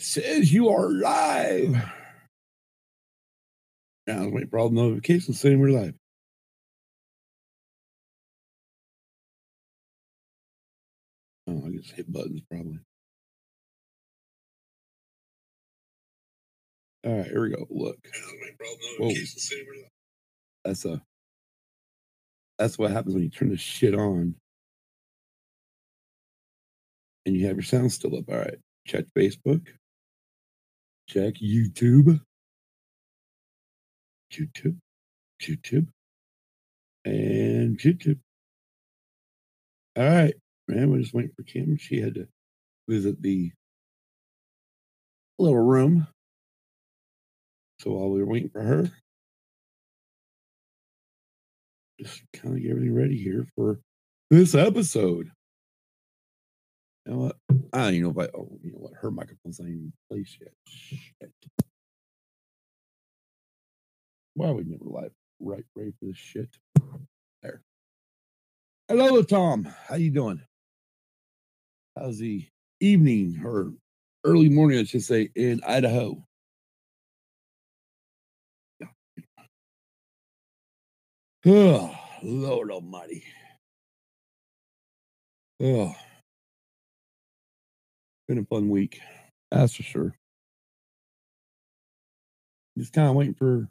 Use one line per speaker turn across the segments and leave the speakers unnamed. says you are live. Now I was waiting for all the notifications saying we're live. Oh, I just hit buttons probably. All right, here we go. Look, Whoa. that's a that's what happens when you turn this shit on and you have your sound still up. All right, check Facebook, check YouTube, YouTube, YouTube, and YouTube. All right, man, we're just waiting for Kim. She had to visit the little room. So while we were waiting for her, just kind of get everything ready here for this episode. uh, You know what? I don't even know if I, oh, you know what? Her microphone's not even in place yet. Shit. Why would never live right ready for this shit? There. Hello, Tom. How you doing? How's the evening or early morning, I should say, in Idaho? Oh, Lord Almighty. Oh, been a fun week, that's for sure. Just kind of waiting for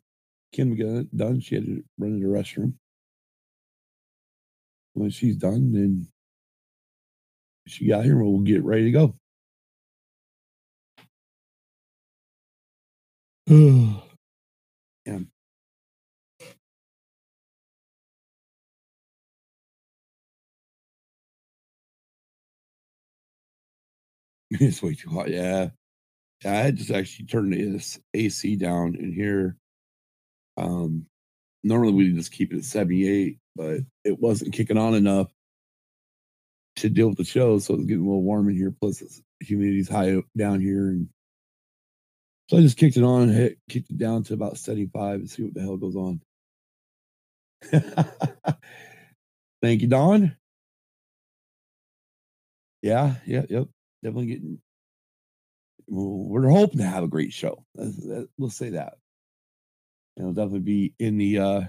Kim to get it done. She had to run to the restroom. When she's done, then she got here. We'll get ready to go. yeah. It's way too hot. Yeah. Yeah, I had just actually turned this AC down in here. Um, normally we just keep it at 78, but it wasn't kicking on enough to deal with the show. So it's getting a little warm in here. Plus, it's, humidity's high up- down here. And so I just kicked it on, hit, kicked it down to about 75 and see what the hell goes on. Thank you, Don. Yeah, yeah, yep. Definitely getting well, we're hoping to have a great show. That's- that- we'll say that. And it'll definitely be in the uh,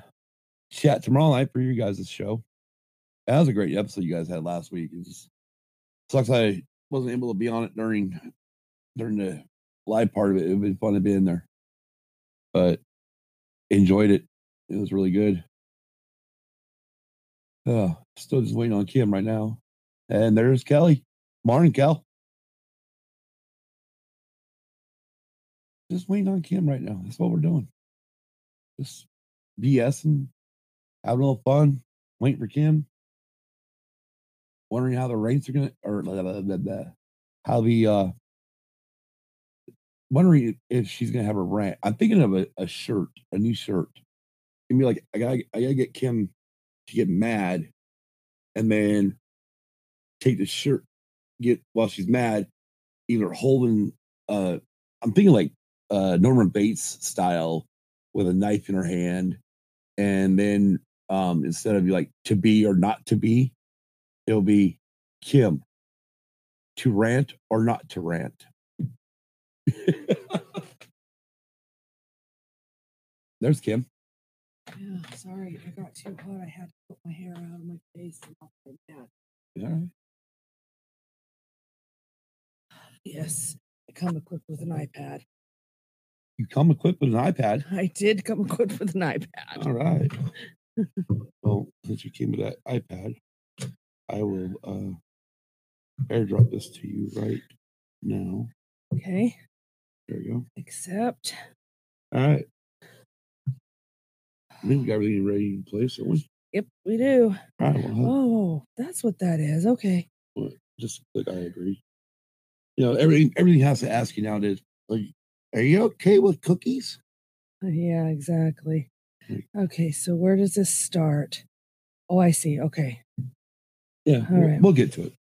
chat tomorrow night for you guys' show. That was a great episode you guys had last week. It just sucks I wasn't able to be on it during during the live part of it. It would been fun to be in there, but enjoyed it. It was really good. Uh, still just waiting on Kim right now. And there's Kelly. Morning, Kel. Just waiting on Kim right now. That's what we're doing. Just BSing, having a little fun, waiting for Kim. Wondering how the rates are gonna or blah, blah, blah, blah, how the uh wondering if- if she's gonna have a rant. I'm thinking of a, a shirt, a new shirt. And be like, I gotta I gotta get Kim to get mad and then take the shirt, get while she's mad, either holding uh I'm thinking like uh Norman Bates style with a knife in her hand and then um instead of like to be or not to be, it'll be Kim to rant or not to rant. There's Kim.
Yeah, sorry, I got too hot. I had to put my hair out of my face and all like that.
All right.
Yes, I come equipped with an iPad.
You come equipped with an iPad.
I did come equipped with an iPad.
All right. well, since you came with that iPad, I will uh airdrop this to you right now.
Okay,
There you go.
except
All right. I think we got everything ready in place, don't we?
yep, we do.
All right, well,
Oh, that's what that is. Okay.
just like I agree. You know, everything everything has to ask you nowadays. Like, are you okay with cookies?
Uh, Yeah, exactly.
Right.
Okay, so where does this start? Oh, I see. Okay.
Yeah,
All
we'll,
right.
we'll get to it.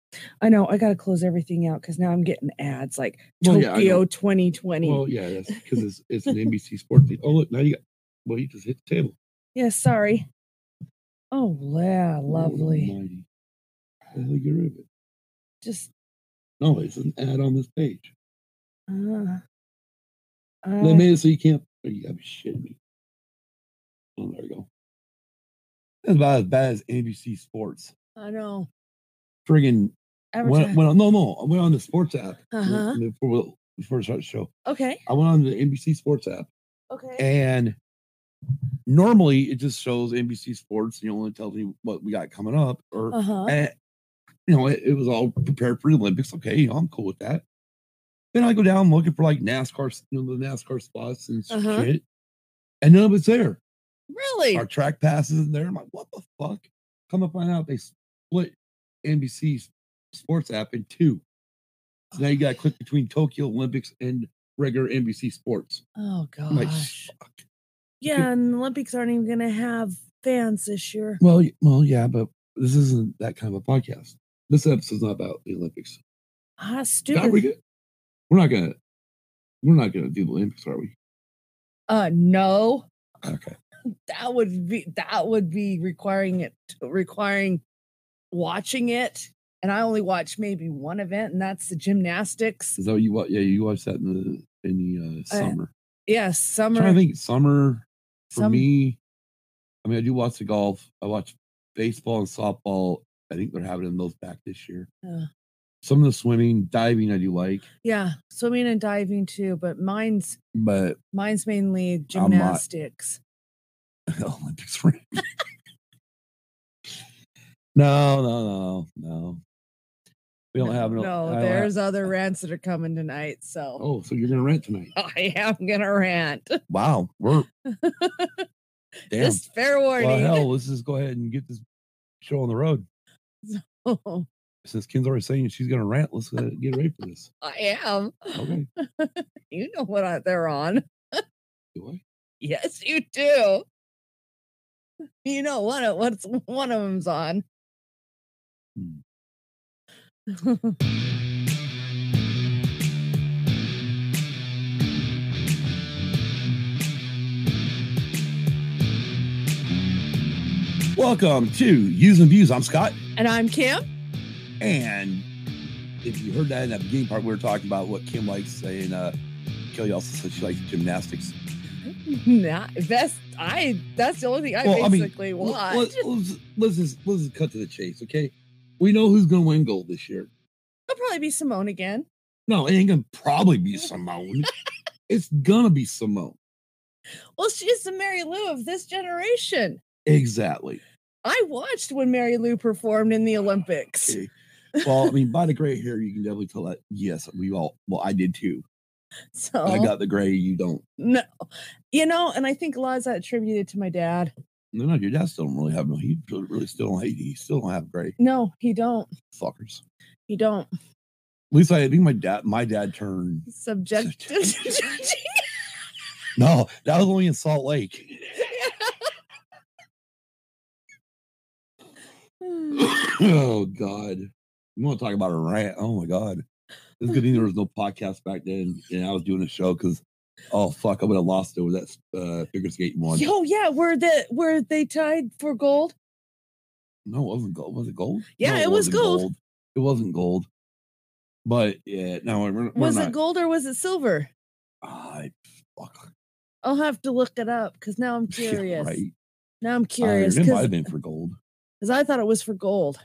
I know I got to close everything out because now I'm getting ads like
Well, yeah, I
Tokyo
know.
2020.
Well, yeah, that's because it's it's an NBC Sports thing. Oh, look, now you got. Well, you just hit the table.
yes, sorry. Oh, yeah, lovely.
Lord almighty. How do they get rid of it?
Just
No, it's an ad on this page.
Uh,
They
I,
made it so you can't. Are you gotta be shitting me? Oh, there we go. That's about as bad as NBC Sports.
I know.
Friggin' went,
Advertise.
went on, no, no. I went on the sports app
Uh-huh.
before, we- before we start the show.
Okay.
I went on the NBC Sports app
Okay.
and normally it just shows NBC Sports and you only tells me what we got coming up or
Uh huh.
and you know, it, it was all prepared for the Olympics. Okay, you know, I'm cool with that. Then I go down looking for like NASCAR, s- you know, the NASCAR spots and
Uh-huh.
shit, and none of it's there.
Really?
Our track passes in there. I'm like, what the fuck? Come to find out, they split NBC's sports app in two. So now you got to click between Tokyo Olympics and regular NBC sports.
Oh
I'm like,
gosh.
fuck.
Yeah, and the Olympics aren't even gonna have fans this year.
Well, y- well, yeah, but this isn't that kind of a podcast. This episode's not about the Olympics.
Ah,
Are we
stupid.
good? We're not gonna. We're not gonna do the Olympics, are we?
Uh, no,
Okay.
that would be that would be requiring it requiring watching it. And I only watch maybe one event, and that's the gymnastics.
So you wa Yeah, you watched that in the in the uh,
Uh,
summer.
Yes,
I'm
summer.
trying to think. Summer for
some-
me. I mean, I do watch the golf. I watch baseball and softball. I think they're having those back this year.
Yeah.
Some of the swimming, diving, I do like,
Yeah, swimming and diving too, but mine's
but
mine's mainly
I'm not-
gymnastics.
Olympics for me. no, no, no, no. We don't have an.
no.
I don't have-
there's other rants that are coming tonight, so
Oh, so you're gonna rent tonight?
I am gonna rant.
Wow, we're damn.
Just fair
well,
warning.
hell, let's just go ahead and get this show on the road. Since Ken's already saying she's gonna rant, let's uh, get ready for this.
I am.
Okay,
You know what I, they're on.
do I?
Yes, you do. You know one of what's one of them's on.
Hmm. Welcome to Use and Views. I'm Scott,
and I'm Kim.
and if you heard that in that beginning part, we were talking about what Kim likes saying. Uh, Kelly also said she likes gymnastics.
Not, that's I. That's the only thing I
Well, I mean,
basically
Well,
watch.
Let's, let's, let's just let's just cut to the chase, okay? We know who's gonna win gold this year.
It'll probably be Simone again.
No, it ain't gonna probably be Simone. it's gonna be Simone.
Well, she's the Mary Lou of this generation.
Exactly.
I watched when Mary Lou performed in the Olympics.
Okay. Well, I mean, by the gray hair, you can definitely tell that. Yes, we all. Well, I did too.
So
I got the gray. You don't.
no, you know, and I think a lot is attributed to my dad.
No, no, your dad still don't really have no. He don't- really still don't. He he still don't have gray
No, he don't.
fuckers.
He don't.
At least I think my dad. My dad turned.
Subject.
No, that was only in Salt Lake. oh God, you want to talk about a rant? Oh my God, it's good thing there was no podcast back then, and I was doing a show because oh fuck, I would have lost over that uh, figure skating one.
Oh yeah, where the where they tied for gold?
No, it wasn't gold. Was it gold?
Yeah,
No,
it was
wasn't
gold.
It wasn't gold. But yeah, no, we're, we're
Was
not.
it gold or was it silver?
I fuck.
I'll have to look it up because now I'm
Yeah,
curious.
right?
Now I'm
I
curious
remember I've
because
been for gold.
I thought it was for gold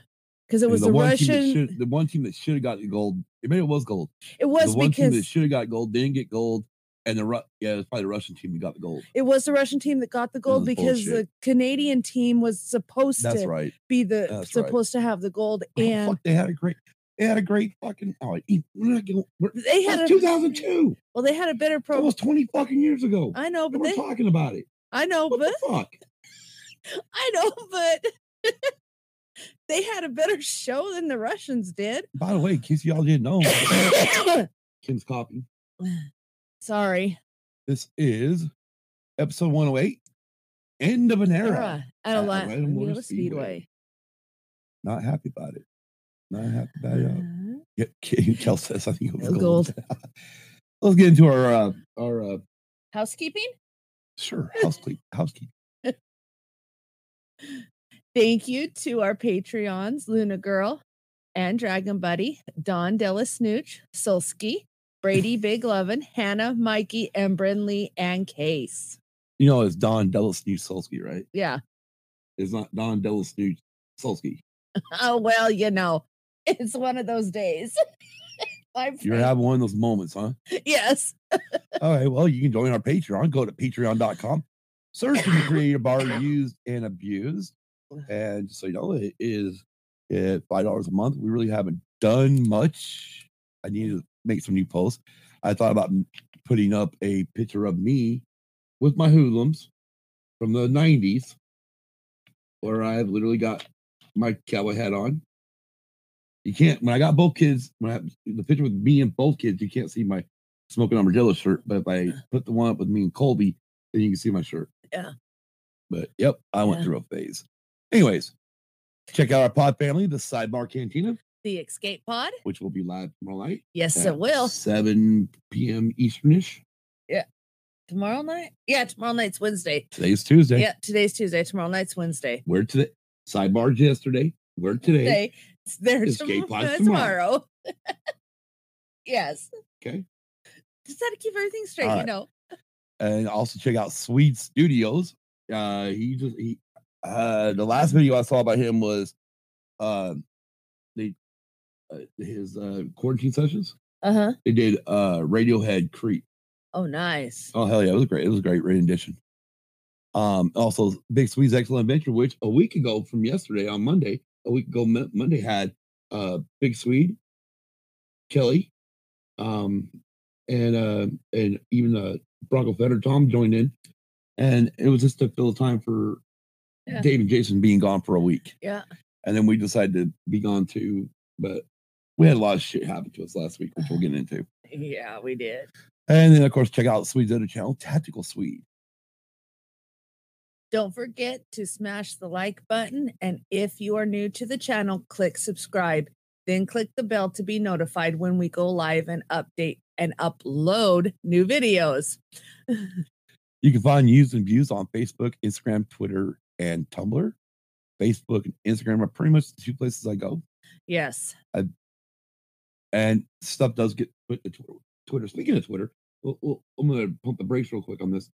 because it
And
was the,
one Team that
Russian.
should, the one team that should have gotten gold, maybe it was gold.
It was
the one team that
because
should have got gold didn't get gold, and the Ru- yeah, it's probably the Russian team that got the gold.
it was the Russian team that got the gold
was
because the
bullshit.
Canadian team was supposed
That's
to
right.
be the
That's right.
supposed to have the gold,
Oh,
and
fuck, they had a great, they had a great fucking. Oh, e- we're not going. We're,
they had
that's
a
2002.
well, they had a better
That
pro.
was 20 fucking years ago.
I know,
And
but
we're
they,
talking about it.
I know,
What
but
the fuck?
I know, but they had a better show than the Russians did.
By the way, in case y'all didn't know, Kim's copy.
Sorry,
This is episode 108, end of an era.
Era at
at
Atlanta
Redwood
Motor Speedway.
Speedway. Not happy about it. Not happy about it.
Uh,
Yeah, K- Kel says I think it was
It was
gold. Let's get into our uh, our uh,
housekeeping.
sure housekeep housekeep.
Thank you to our Patreons, Luna Girl and Dragon Buddy, Don Della Snooch, Sulski, Brady, Big Lovin, Hannah, Mikey, and Brinley, and Case.
You know, it's Don Double Snooze Sulsky, right?
Yeah.
It's not Don Double Snooze Sulsky.
Oh well, you know, it's one of those days. My
You're
friend-
having one of those moments, huh?
yes.
All right. Well, you can join our Patreon. Go to patreon.com. Search for the creative bar used and abused. And just so you know, it is at five dollars a month. We really haven't done much. I need to make some new posts. I thought about m- putting up a picture of me with my hoodlums from the nineties, where I've literally got my cowboy hat on. You can't when I got both kids, when I have the picture with me and both kids, you can't see my smoking armadillo shirt, but if I put the one up with me and Colby, then you can see my shirt.
Yeah.
But yep, I went
Yeah.
through a phase. Anyways, check out our pod family, the Sidebar Cantina,
The escape pod.
which will be live tomorrow night.
Yes,
at
it will.
7 p.m. Easternish.
Tomorrow night? Yeah, tomorrow night's Wednesday.
Today's Tuesday.
Yeah, today's Tuesday. Tomorrow night's Wednesday.
We're today. Sidebars yesterday. We're today.
Today, it's there
Escape
tom-
pod's
tomorrow. yes.
Okay.
Just had to keep everything straight,
All
you
right.
know.
And also check out Swede Studios. Uh he just he uh the last video I saw about him was um they uh, his uh quarantine sessions.
Uh huh.
They did uh Radiohead Creep.
Oh, nice.
Oh hell yeah, it was great. It was a great rendition. Um, also Big Sweet's Excellent Adventure, which a week ago from yesterday on Monday, a week ago Mon- Monday had uh Big Swede, Kelly, um, and uh and even uh Bronco Fetter Tom joined in, and it was just to fill time for
Yeah.
Dave and Jason being gone for a week,
Yeah.
and then we decided to be gone too, but. We had a lot of shit happen to us last week, which we'll
Uh-huh.
get into.
Yeah, we did.
And then, of course, check out Swede's other channel, Tactical Swede.
Don't forget to smash the like button. And if you are new to the channel, click subscribe. Then click the bell to be notified when we go live and update and upload new videos.
You can find Used and Views on Facebook, Instagram, Twitter, and Tumblr. Facebook and Instagram are pretty much the two places I go.
Yes.
And stuff does get put to Twitter. Twitter. Speaking of Twitter, well, well, I'm going to pump the brakes real quick on this.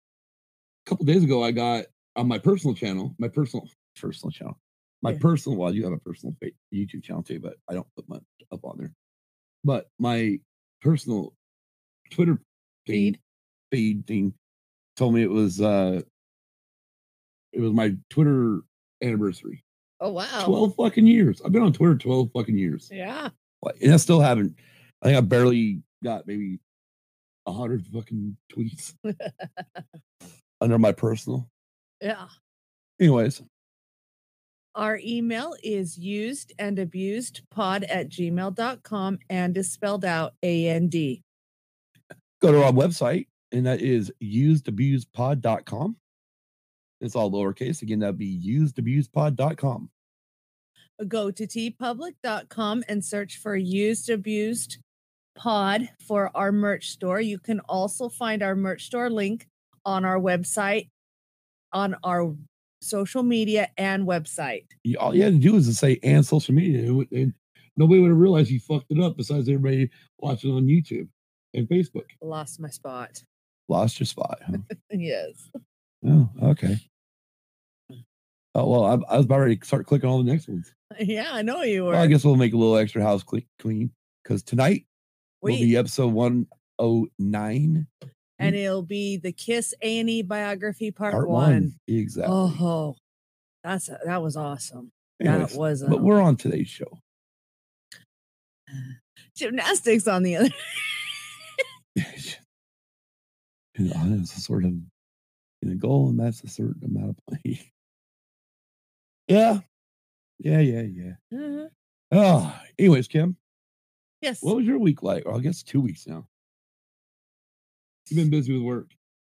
A couple days ago, I got on my personal channel, my personal personal channel, my
Yeah.
personal. Well, you have a personal fa- YouTube channel too, but I don't put much up on there. But my personal Twitter feed
Feed.
feed thing told me it was uh it was my Twitter anniversary.
Oh, wow.
Twelve fucking years. I've been on Twitter twelve fucking years.
Yeah.
Like, And I still haven't. I think I barely got maybe a hundred fucking tweets under my personal.
Yeah.
Anyways,
Our email is used and abused pod at gmail.com and is spelled out A N D.
go to our website, and that is usedabusepod.com. It's all lowercase. Again, that'd be usedabusepod.com.
Go to tpublic.com and search for used abused pod for our merch store. You can also find our merch store link on our website, on our social media and website.
you, all you had to do was to say and social media, and, it would- and nobody would have realized you fucked it up. Besides everybody watching on YouTube and Facebook,
Lost my spot.
lost your spot. Huh?
Yes.
oh, okay. Oh well, I, I was about ready to start clicking all the next ones.
Yeah, I know you were.
Well, I guess we'll make a little extra house click clean because tonight will
Wait,
be episode one oh nine,
and it'll be the Kiss Annie biography part,
part
one.
one. Exactly.
Oh, that's a, that was awesome.
Anyways,
that was
but
um,
we're on today's show.
gymnastics on the other.
And honest, sort of in a goal, and that's a certain amount of play. yeah. Yeah, yeah, yeah.
Uh-huh.
Oh, anyways, Kim,
Yes.
what was your week like? Well, I guess two weeks now. You've been busy with work.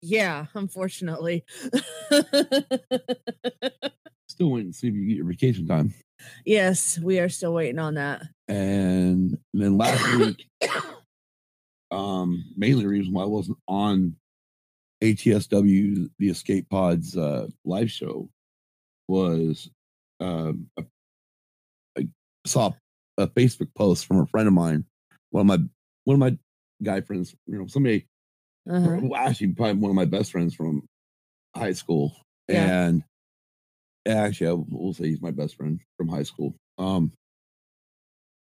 Yeah, unfortunately.
Still waiting to see if you get your vacation time.
yes, we are still waiting on that.
And then last week, um, mainly the reason why I wasn't on ATSW, the Escape Pods uh, live show, was um, a- I saw a Facebook post from a friend of mine, one of my one of my guy friends, you know, somebody
Uh-huh.
well, actually probably one of my best friends from high school
Yeah.
and actually I will say he's my best friend from high school um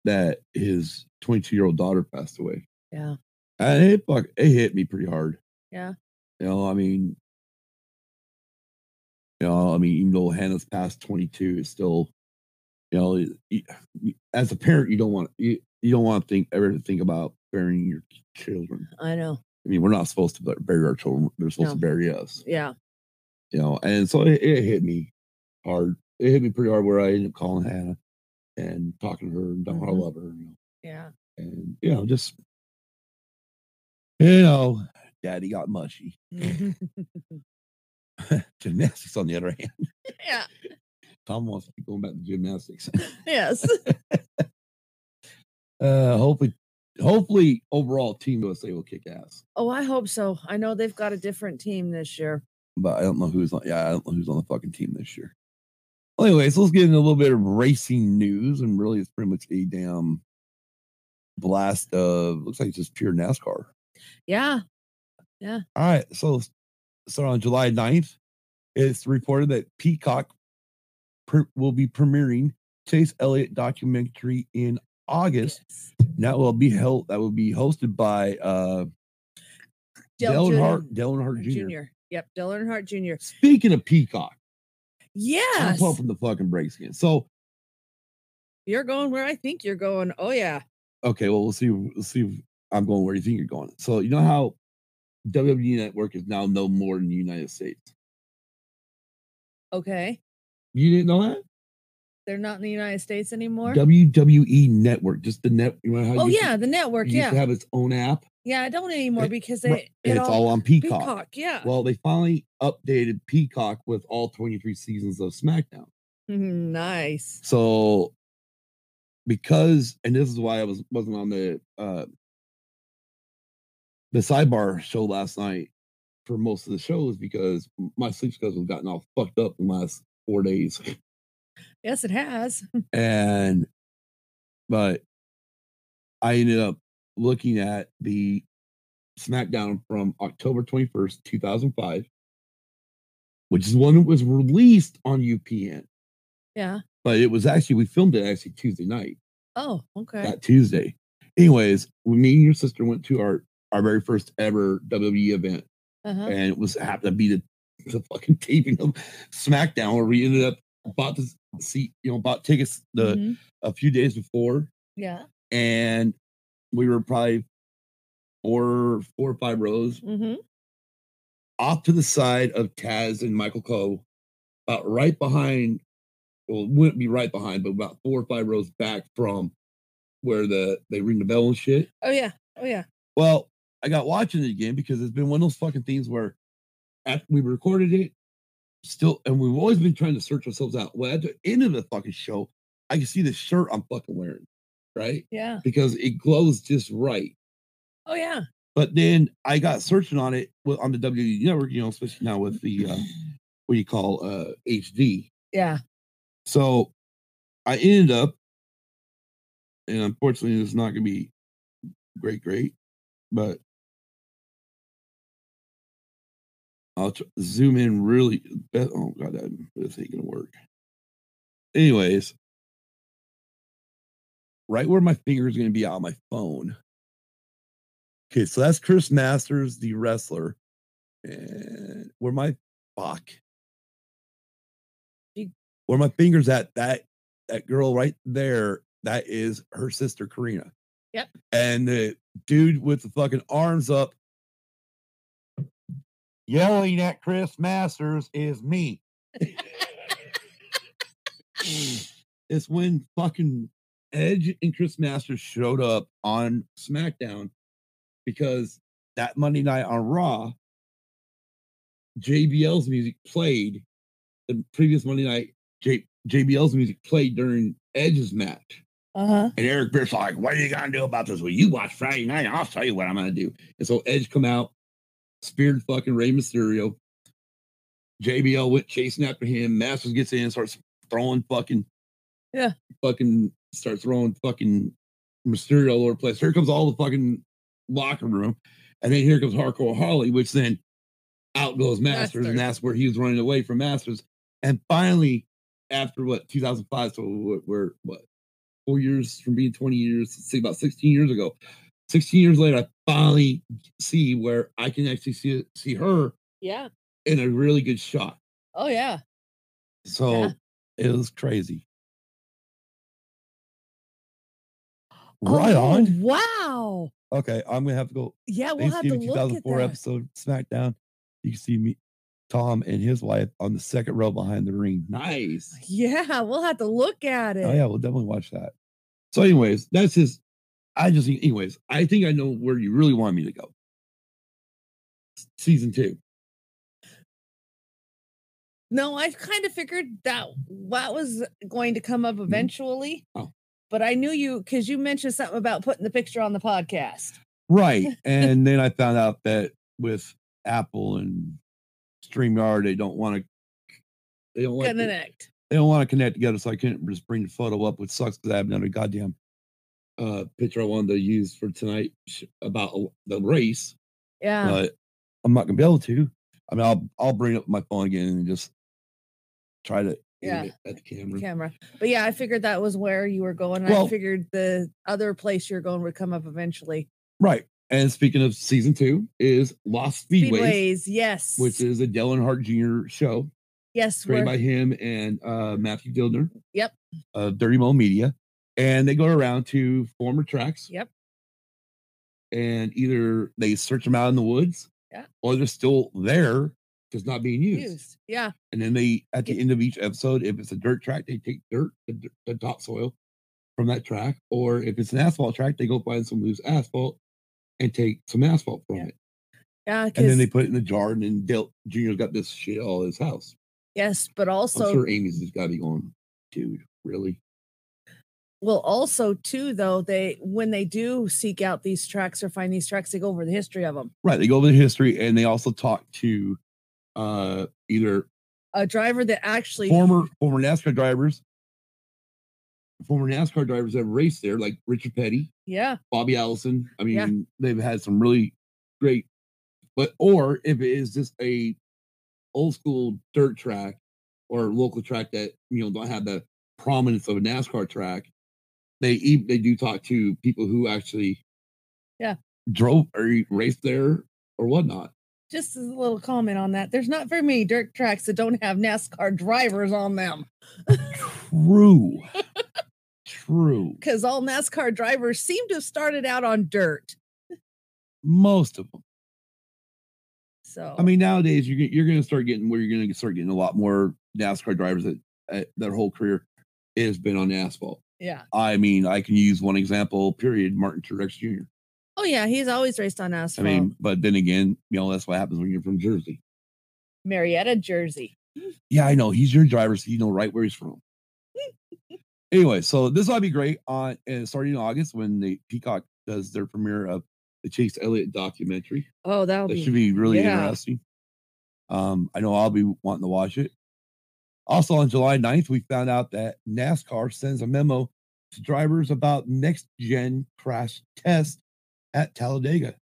that his 22 year old daughter passed away
Yeah.
and it, fuck, it hit me pretty hard
Yeah.
you know I mean you know I mean even though Hannah's past 22 it's still you know it- it- you- as a parent you don't want you, you don't want to think ever to think about burying your children
I know.
I mean, we're not supposed to bur- bury our children. They're supposed to
No.
bury us,
Yeah.
you know. And so it, it hit me hard. It hit me pretty hard where I ended up calling Hannah and talking to her and telling her I
Mhm.
love her. You know?
Yeah.
And, you know, just, you know, daddy got mushy. gymnastics, on the other hand,
yeah.
Tom wants to keep going back to gymnastics.
Yes.
Uh, hopefully, hopefully, overall, Team USA will kick ass.
Oh, I hope so. I know they've got a different team this year.
but I don't know who's on. Yeah, I don't know who's on the fucking team this year. Well, anyway, so let's get into a little bit of racing news, and really, it's pretty much a damn blast of looks like just pure NASCAR.
Yeah.
All right, so so on July 9th, it's reported that Peacock pre- will be premiering Chase Elliott documentary in August. That will be held. That will be hosted by uh,
Dale
Dale
Jr.
Hart, Dale Hart Jr.
Jr. Yep, Dale Earnhardt Jr.
Speaking of Peacock, I'm
Yes,
pumping the fucking brakes again. So
you're going where I think you're going. Oh yeah,
okay, well, we'll see. We'll see if I'm going where you think you're going. So you know how WWE Network is now no more in the United States.
okay.
You didn't know that?
They're not in the United States anymore.
WWE E Network, just the net. You know how?
oh
it used to-
yeah, the network.
it used to
Yeah,
have its own app.
yeah. I don't anymore
It-
because
right,
they
and
it
it's
all
all on Peacock.
Peacock. Yeah.
Well, they finally updated Peacock with all 23 seasons of SmackDown.
Mhm, nice.
So because and this is why I was wasn't on the uh the sidebar show last night for most of the shows because m- my sleep schedule has gotten all fucked up in the last four days.
Yes, it has.
And but I ended up looking at the SmackDown from October 21st, 2005, which is one that was released on UPN,
Yeah.
but it was actually, we filmed it actually Tuesday night.
Oh, okay.
that Tuesday. Anyways, when me and your sister went to our our very first ever WWE event,
Uh-huh.
and it was happened to be the, the fucking taping of SmackDown, where we ended up bought the seat, you know, bought tickets the
Mhm,
a few days before,
Yeah.
and we were probably four four or five rows
hmm
off to the side of Taz and Michael Coe, about right behind. Well, it wouldn't be right behind, but about four or five rows back from where the they ring the bell and shit.
Oh yeah. Oh yeah.
Well, I got watching it again because it's been one of those fucking things where after we recorded it, still, and we've always been trying to search ourselves out. Well, at the end of the fucking show, I can see the shirt I'm fucking wearing, right?
Yeah.
Because it glows just right.
Oh yeah.
But then I got searching on it wi- on the WWE network, you know, especially now with the uh, what do you call uh, HD.
Yeah.
So I ended up, and unfortunately, it's not going to be great, great, but I'll tr- zoom in really. be- Oh god, that this ain't going to work. Anyways, right where my finger is going to be on my phone. Okay, so that's Chris Masters, the wrestler, and where my fuck where my fingers at that that girl right there that is her sister karina
Yep.
and the dude with the fucking arms up yelling at chris masters is me it's when fucking edge and chris masters showed up on smackdown because that monday night on raw jbl's music played the previous monday night J- JBL's music played during Edge's match.
Uh huh.
And Eric Biff's like, what are you gonna do about this? Well, you watch Friday night, I'll tell you what I'm gonna do. And so Edge come out, speared fucking Rey Mysterio. JBL went chasing after him. Masters gets in and starts throwing fucking
Yeah.
Fucking starts throwing fucking Mysterio all over the place. Here comes all the fucking locker room. And then here comes Hardcore Holly, which then out goes Masters, and
Masters.
that's where he was running away from Masters. And finally, after what 2005, so we're, we're what four years from being 20 years, say about 16 years ago. 16 years later, I finally see where I can actually see see her
Yeah.
in a really good shot.
Oh yeah.
So it was crazy. Right
Oh,
on.
Wow.
Okay, I'm gonna have to go.
Yeah, we'll have to
Thanksgiving
look at
2004
that.
episode SmackDown. You can see me, Tom, and his wife on the second row behind the ring. Nice.
Yeah, we'll have to look at it.
Oh yeah, we'll definitely watch that. So, anyways, that's just. I just, think- anyways, I think I know where you really want me to go. S- Season two.
No, I kind of figured that that was going to come up eventually.
Mm-hmm. Oh.
But I knew you because you mentioned something about putting the picture on the podcast.
Right. and then I found out that with Apple and StreamYard, they don't want to they don't want to,
Connect.
they don't want to connect together, so I couldn't just bring the photo up, which sucks because I have another goddamn uh picture I wanted to use for tonight sh- about a- the race,
Yeah.
but I'm not gonna be able to. I mean, I'll I'll bring up my phone again and just try to
Yeah.
aim it at the camera.
camera. But yeah, I figured that was where you were going. and
Mm-hmm. Well-
I figured the other place you're going would come up eventually.
Right. And speaking of season two, is Lost Speedways,
Speedways, yes.
which is a Dell Hart Jr. show.
yes,
created
we're-
by him and uh, Matthew Dildner.
Yep.
Of Dirty Mo Media. And they go around to former tracks.
Yep.
And either they search them out in the woods
Yeah.
or they're still there, just not being used.
used. Yeah.
And then they, at the end of each episode, if it's a dirt track, they take dirt, the, dirt- the topsoil from that track. Or if it's an asphalt track, they go find some loose asphalt and take some asphalt from
Yeah.
it.
Yeah.
And then
because-
they put it in the jar. And then Dale Jr.'s got this shit all his house.
yes, but also
I'm sure Amy's just got to be going, dude, really?
Well, also too, though they when they do seek out these tracks or find these tracks, they go over the history of them.
Right. They go over the history and they also talk to uh, either
A driver that actually,
former former NASCAR drivers, former NASCAR drivers that have raced there, like Richard Petty,
yeah,
Bobby Allison. I mean,
Yeah.
they've had some really great, but or if it is just a old school dirt track or local track that you know don't have the prominence of a NASCAR track, they e- they do talk to people who actually,
Yeah.
drove or e- raced there or whatnot.
just as a little comment on that. There's not very many dirt tracks that don't have NASCAR drivers on them
True, true.
because all NASCAR drivers seem to have started out on dirt.
Most of them.
So
I mean, nowadays you're you're going to start getting where you're going to start getting a lot more NASCAR drivers that uh, their whole career has been on asphalt.
yeah,
I mean, I can use one example. Period. Martin Truex Jr.
oh yeah, he's always raced on
I
asphalt.
mean, but then again, you know that's what happens when you're from Jersey.
Marietta, Jersey.
Yeah, I know he's your driver, so you know right where he's from. anyway, so this ought to be great on and starting in August when the Peacock does their premiere of the Chase Elliott documentary.
Oh, that'll
that
be,
should be really
yeah.
interesting. Um, I know I'll be wanting to watch it. Also, on July 9th, we found out that NASCAR sends a memo to drivers about next gen crash test at Talladega.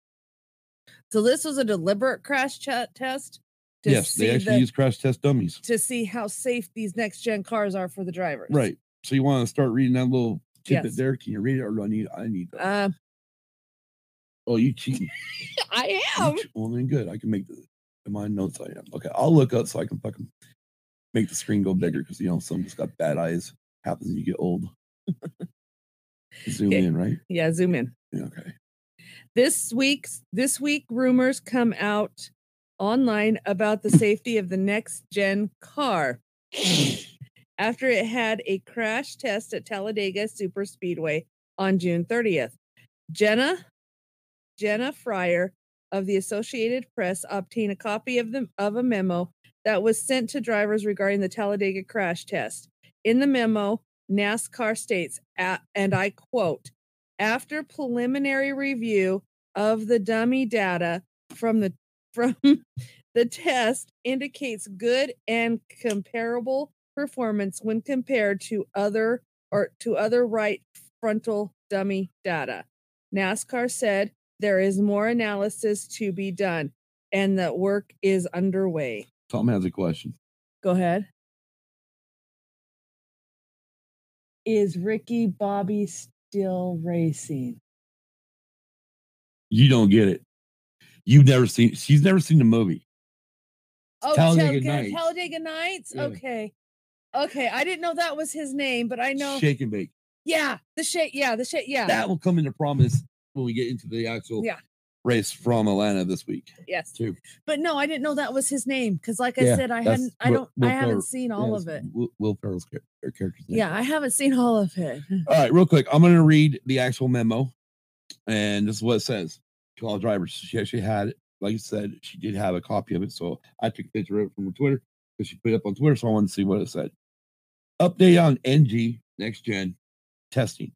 so. This was a deliberate crash chat test to
yes,
see
they actually
the-
use crash test dummies.
to see how safe these next gen cars are for the drivers.
Right. So you want to start reading that little tidbit
Yes.
there? Can you read it or do I need I need that?
Uh,
oh, you cheating.
I
You
am.
che- well then good. I can make the in my notes I am. Okay. I'll look up so I can fucking make the screen go bigger because you know some just got bad eyes. Happens when you get old. Zoom
Okay.
in, right?
Yeah, zoom in.
Yeah, okay.
This week's this week rumors come out online about the safety of the next gen car after it had a crash test at Talladega Super Speedway on June 30th. Jenna Jenna Fryer of the Associated Press obtained a copy of the of a memo that was sent to drivers regarding the Talladega crash test. In the memo, NASCAR states, a- and I quote, after preliminary review of the dummy data from the from the test indicates good and comparable performance when compared to other or to other right frontal dummy data. NASCAR said There is more analysis to be done, and the work is underway.
Tom has a question.
Go ahead. Is Ricky Bobby still racing?
You don't get it. You've never seen. She's never seen the movie.
Oh,
Talladega
Talladega
Nights.
Nights. Talladega Nights?
Yeah.
Okay. Okay. I didn't know that was his name, but I know.
Shake and bake.
Yeah. The shit. Yeah. The shit. Yeah.
That will come into promise when we get into the actual
Yeah.
race from Atlanta this week.
yes.
too.
But no, I didn't know that was his name because, like I
Yeah,
said, I
that's
hadn't. I
Will-
don't.
Will
I haven't
Ferrell.
seen all
Yeah,
of
it's
it.
Will, Will Ferrell's char- her character's name.
Yeah, I haven't seen all of it.
All right, real quick, I'm going to read the actual memo, and this is what it says to all drivers. She actually had, like I said, she did have a copy of it, so I took a picture of it from her Twitter because she put it up on Twitter, so I wanted to see what it said. Update on NG next gen testing.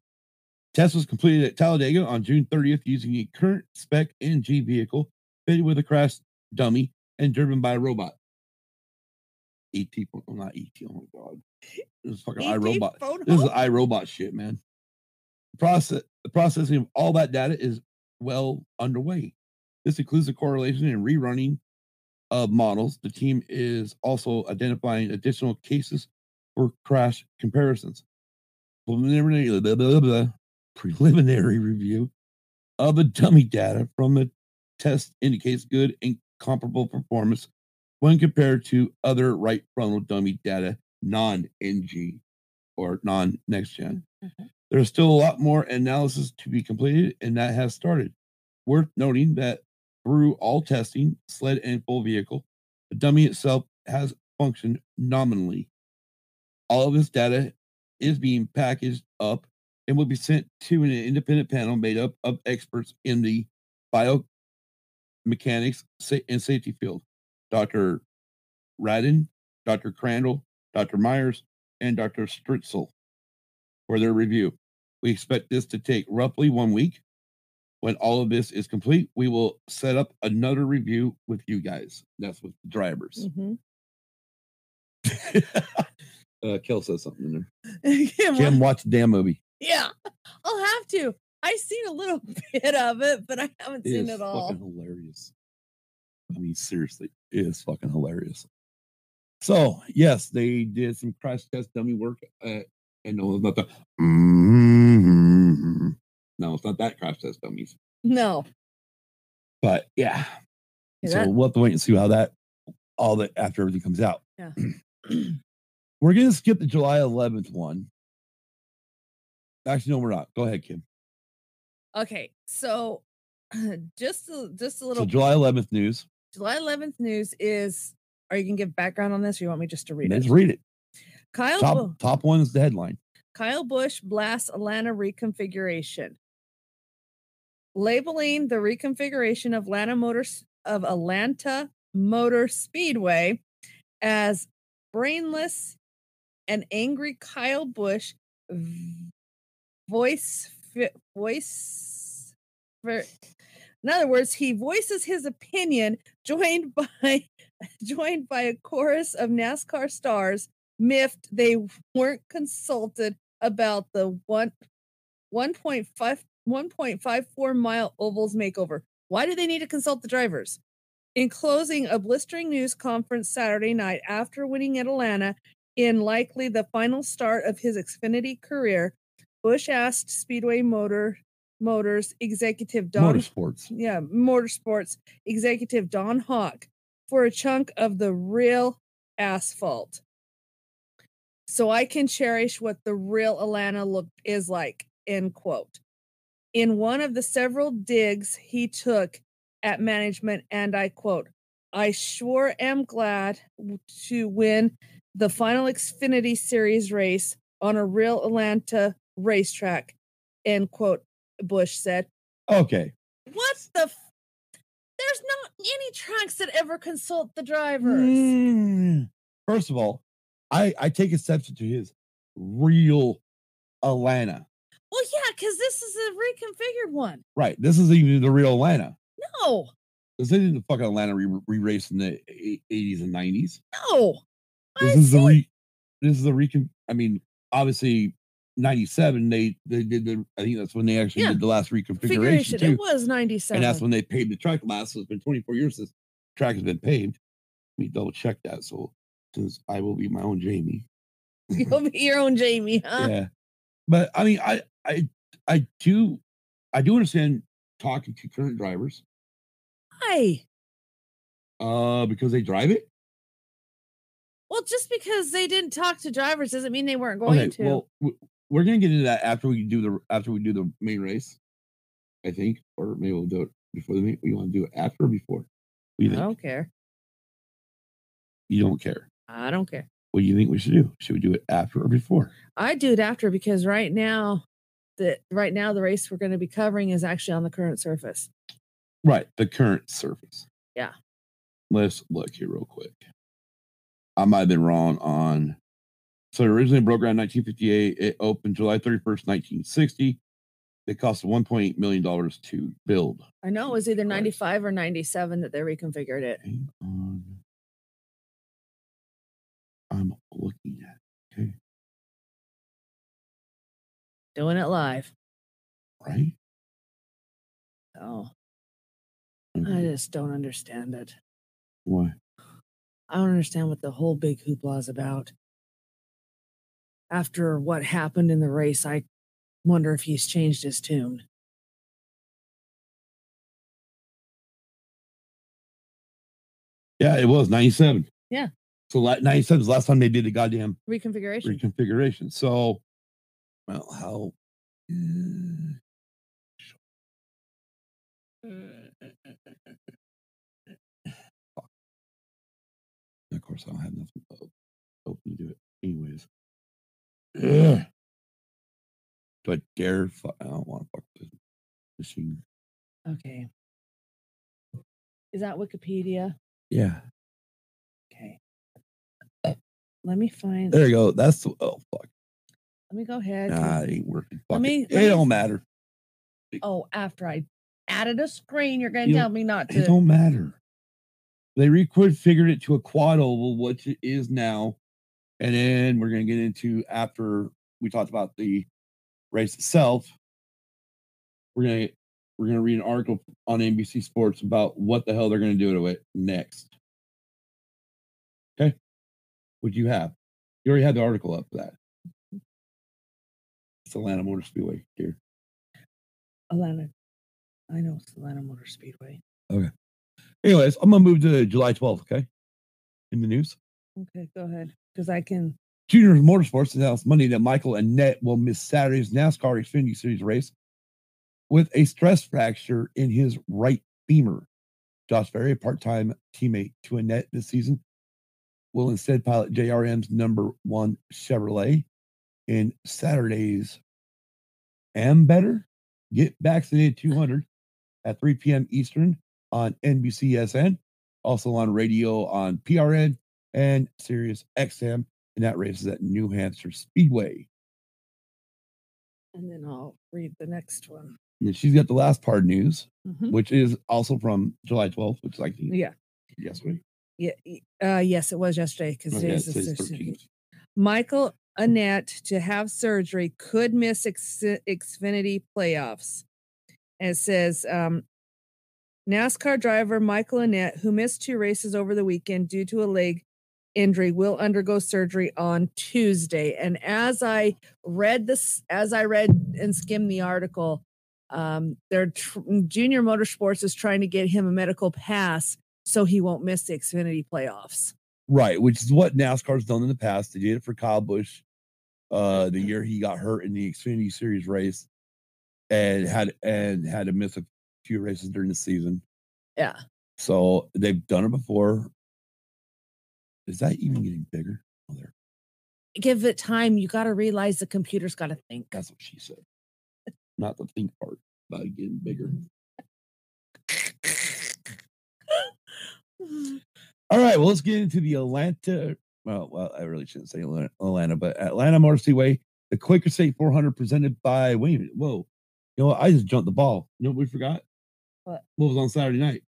Test was completed at Talladega on June 30th using a current spec NG vehicle fitted with a crash dummy and driven by a robot. ET, oh, not ET, oh my god. This is fucking
ET
iRobot.
phone
This is
home?
iRobot shit, man. Process the processing of all that data is well underway. This includes the correlation and rerunning of models. The team is also identifying additional cases for crash comparisons. Preliminary, blah, blah, blah, blah, preliminary review of the dummy data from the test indicates good and comparable performance when compared to other right frontal dummy data, non NG or non next gen. There's still a lot more analysis to be completed, and that has started. Worth noting that through all testing, sled and full vehicle, the dummy itself has functioned nominally. All of this data is being packaged up and will be sent to an independent panel made up of experts in the biomechanics sa- and safety field Dr. Radin, Dr. Crandall, Dr. Myers, and Dr. Stritzel for their review. We expect this to take roughly one week. When all of this is complete, we will set up another review with you guys. That's with the drivers.
Mhm.
uh, Kel says something in there.
Yeah, well,
Jim, watch the damn movie.
yeah, I'll have to. I've seen a little bit of it, but I haven't
It is
seen it all.
fucking hilarious. I mean, seriously, it is fucking hilarious. So yes, they did some crash test dummy work. Uh, and no, it's not the. mm-hmm. No, it's not that crash test dummies.
No.
But yeah,
Yeah,
so
that-
we'll have to wait and see how that all that after everything comes out.
Yeah.
we're gonna skip the July 11th one. Actually, no, we're not. Go ahead, Kim.
Okay. So just a, just a
So
little
July 11th news.
July 11th news is are you going to give background on this or you want me just to read
Let's
it?
read it.
Kyle Bu-
Top top one is the headline.
Kyle Bush blasts Atlanta reconfiguration. Labeling the reconfiguration of Atlanta Motors of Atlanta Motor Speedway as brainless and angry Kyle Bush v- voice fi- voice ver- in other words he voices his opinion joined by joined by a chorus of NASCAR stars miffed they weren't consulted about the one 1.5 1.54 mile ovals makeover. Why do they need to consult the drivers? In closing a blistering news conference Saturday night after winning at Atlanta in likely the final start of his Xfinity career, Bush asked Speedway Motor Motors executive Don
Motorsports.
yeah, motorsports executive Don Hawk for a chunk of the real asphalt. So I can cherish what the real Atlanta look is like, end quote. In one of the several digs he took at management, and I quote, I sure am glad w- to win the final Xfinity Series race on a real Atlanta racetrack, end quote, Bush said.
Okay.
What the? F- There's not any tracks that ever consult the drivers.
Mm. First of all, I I take exception to his real Atlanta.
Well, yeah, because this is a reconfigured one.
Right. This is even the real Atlanta.
No,
This isn't the fucking Atlanta re- re-race in the eighties and nineties.
no. I
This is the
see-
re. This is the recon. I mean, obviously, 97 they they did the i think that's when they actually
Yeah.
did the last reconfiguration
Configuration.
too
It was ninety
and
seven.
that's when they paved the track last so it's been 24 years since the track has been paved let me double check that so since i will be my own jamie
You'll be your own Jamie, huh?
yeah but i mean i i i do i do understand talking to current drivers
Hi.
uh because they drive it
Well, just because they didn't talk to drivers doesn't mean they weren't going to.
well w- we're gonna get into that after we do the after we do the main race i think or maybe we'll do it before the main we want to do it after or before what do you
I
think
don't care.
you don't care
I don't care.
what do you think we should do should we do it after or before
I do it after because right now, the right now the race we're going to be covering is actually on the current surface.
Right, the current surface.
Yeah.
Let's look here real quick. I might have been wrong on. So it originally broke ground in 1958. It opened July 31st, 1960. It cost 1.8 million dollars to build.
I know it was either
Christ.
ninety five or ninety seven that they reconfigured it.
Hang on. I'm looking at.
Doing it live.
it, Right.
Oh, I
Okay,
just don't understand it.
Why?
I don't understand what the whole big hoopla is about. After what happened in the race, I wonder if he's changed his tune.
Yeah, it was 97.
Yeah.
So 97 is the last time they did the goddamn
Reconfiguration.
reconfiguration. So, well, how? Mm.
Mm,
Fuck. Of course, I don't have nothing o- open to do it, anyways. Ugh. Do I dare? Fu- I don't want to fuck with this machine.
Okay. Is that Wikipedia?
Yeah,
Okay. Let me find.
there you go. That's the- oh fuck.
Let me go ahead. and-
Nah, it ain't working. Fuck
me-
it.
let
it
me-
don't matter.
Oh, after I added a screen, you're going
You
to
know,
tell me not
It
to.
don't matter. They reconfigured it to a quad oval, which it is now. And then we're going to get into after we talked about the race itself. We're going to we're going to read an article on NBC Sports about what the hell they're going to do to it next. Okay, what do you have? You already had the article up for that. It's Atlanta Motor Speedway here.
Atlanta. I know it's Atlanta Motor Speedway.
Anyways, I'm going to move to July 12th. Okay, in the news.
Okay, go ahead. Because I can.
Junior Motorsports announced Monday that Michael and Annette will miss Saturday's NASCAR Xfinity Series race with a stress fracture in his right femur. Josh Berry, a part-time teammate to Annette this season, will instead pilot JRM's number one Chevrolet in Saturday's Am Better Get Vaccinated 200 at 3 p.m. Eastern on NBCSN, also on radio on PRN and Sirius XM and that race is at New Hampshire Speedway.
And then I'll read the next one.
And then she's got the last part of news,
Mhm.
which is also from July 12th, which is like the-
Yeah.
yesterday.
Yeah. y- Uh, yes, it was yesterday because
Okay,
today's
oh, it
the
says
Thursday.
13th.
Michael Annette to have surgery could miss Ex- Xfinity playoffs. And it says um, NASCAR driver Michael Annette, who missed two races over the weekend due to a leg injury, will undergo surgery on Tuesday. And as I read this, as I read and skimmed the article, um, their tr- junior motorsports is trying to get him a medical pass so he won't miss the Xfinity playoffs.
Right, which is what NASCAR's done in the past. They did it for Kyle Busch uh, the year he got hurt in the Xfinity Series race and had and had to miss a few races during the season.
Yeah.
So they've done it before. Is that even getting bigger? Oh, there.
give it time. You got to realize the computer's got to think.
That's what she said. Not the think part about it getting bigger. All right, well, let's get into the Atlanta. Well, well, I really shouldn't say Atla- Atlanta, but Atlanta Motor Speedway, the Quaker State 400 presented by. Wait a minute, whoa! You know what? I just jumped the ball. You know what we forgot?
What?
What was on Saturday night?